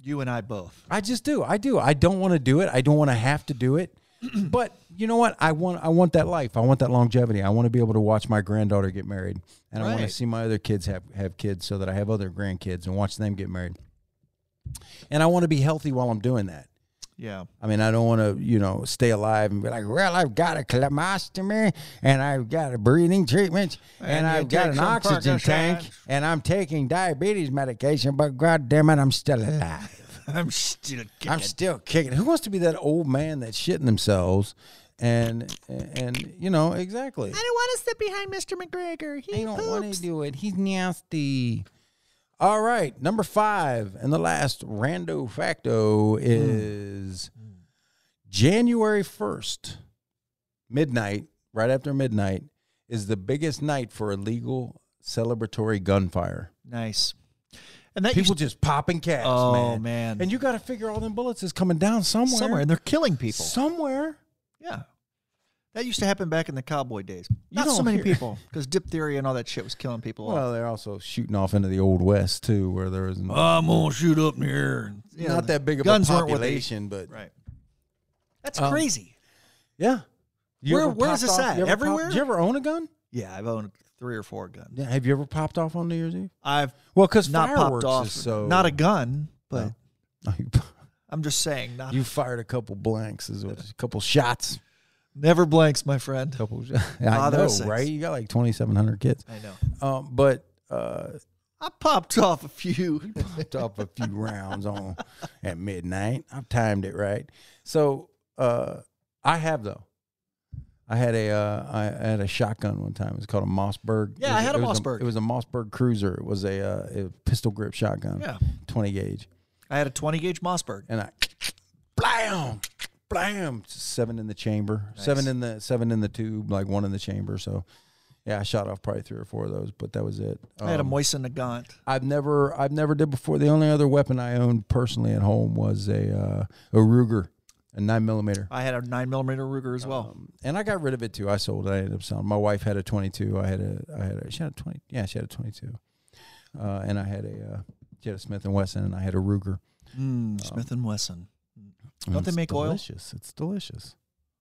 you and I both. I just do. I do. I don't want to do it. I don't want to have to do [clears throat] it. but you know what? I want. I want that life. I want that longevity. I want to be able to watch my granddaughter get married, and I want to Right. see my other kids have have kids, so that I have other grandkids and watch them get married. And I want to be healthy while I'm doing that. Yeah. [laughs] I mean, I don't want to, you know, stay alive and be like, well, I've got a colostomy and I've got a breathing treatment and, And you I've got take an some oxygen Percocets." tank and I'm taking diabetes medication, but God damn it, I'm still alive. I'm still I'm still kicking. Who wants to be that old man that's shitting themselves? And and you know exactly. don't want to sit behind Mr. McGregor. He I don't want to do it. He's nasty. All right, number five and the last rando facto Hmm. is January first, midnight. Right after midnight is the biggest night for illegal celebratory gunfire. Nice. And that People people just popping cats, Oh, man. man. And you got to figure all them bullets is coming down somewhere. somewhere, and they're killing people. Somewhere. yeah. That used to happen back in the cowboy days. Not so don't many hear- people, because diphtheria and all that shit was killing people. off. Well, they're also shooting off into the old west too, where there is not I'm gonna shoot up in here. You know, that big of a Oh. guns weren't what they- population, but Right. That's Um, crazy. yeah. Where- ever where popped is this off- at? you ever popped- Everywhere? do you ever own a gun? Yeah, I've owned three or four guns. Yeah, Have you ever popped off on New Year's Eve? I've Well, because not fireworks popped off. is so Not a gun, but No. [laughs] you, I'm just saying. Not you fired a couple blanks, is what? A couple shots. never blanks, my friend. Couple. Shots. [laughs] I Ah, there know, are six. right? You got like twenty seven hundred kids. I know. Um, but uh, I popped off a few. [laughs] popped off a few rounds on at midnight. I've timed it right. So uh, I have though. I had a uh, I had a shotgun one time. It's called a Mossberg. Yeah, It I had a it was Mossberg. It was a Mossberg Cruiser. It was a, uh, a pistol grip shotgun. Yeah. twenty gauge, I had a 20 gauge Mossberg. and I blam blam seven in the chamber, seven in the seven in the tube, like one in the chamber. So yeah, I shot off probably three or four of those, but that was it. I had a Um, moisten Nagant. I've never I've never did before. The only other weapon I owned personally at home was a uh, a Ruger, a nine millimeter. I had a nine millimeter Ruger as well. Um, and I got rid of it too. I sold it. I ended up selling. My wife had a twenty two. I had a I had a she had a twenty yeah she had a twenty two, uh, and I had a uh, she had a Smith and Wesson and I had a Ruger. um, Mm, Smith and Wesson. And Don't they it's make oil? delicious. It's delicious.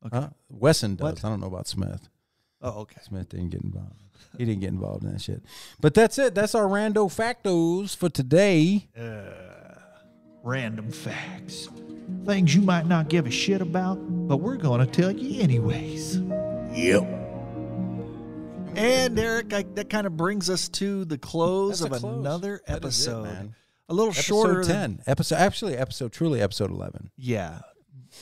Okay. Huh? Wesson does. What? I don't know about Smith. Oh, okay. Smith didn't get involved. He didn't get involved in that shit. But that's it. That's our rando factos for today. uh, Random facts. Things you might not give a shit about, but we're going to tell you anyways. Yep. And Eric, I, that kind of brings us to the close That's of a close. another That is it, episode. man. a little shorter episode than- 10 episode actually episode truly episode 11 yeah.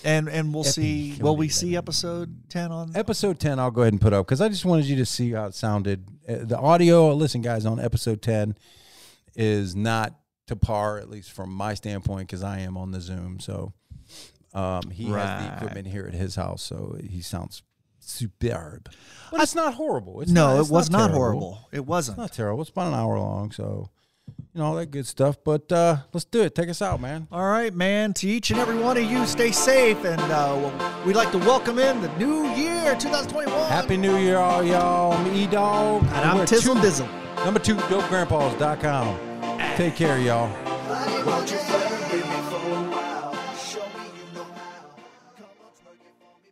And and we'll see Epi- will we see episode 10 on episode 10 i'll go ahead and put up because i just wanted you to see how it sounded Uh, the audio listen guys on episode 10 is not to par at least from my standpoint because i am on the zoom so um, he has the Right. equipment here at his house so he sounds superb but it's not horrible it's No, not- it it's was not, terrible. horrible. It wasn't. It's not terrible it's about an hour long so you know all that good stuff but uh, let's do it take us out man All right, man. To each and every one of you, stay safe, and uh, we'd like to welcome in the new year, 2021. Happy New Year, all y'all. I'm E Dog. And I'm Tizzle Dizzle. Number two, dopegrandpas.com. Take care, y'all. Honey, won't you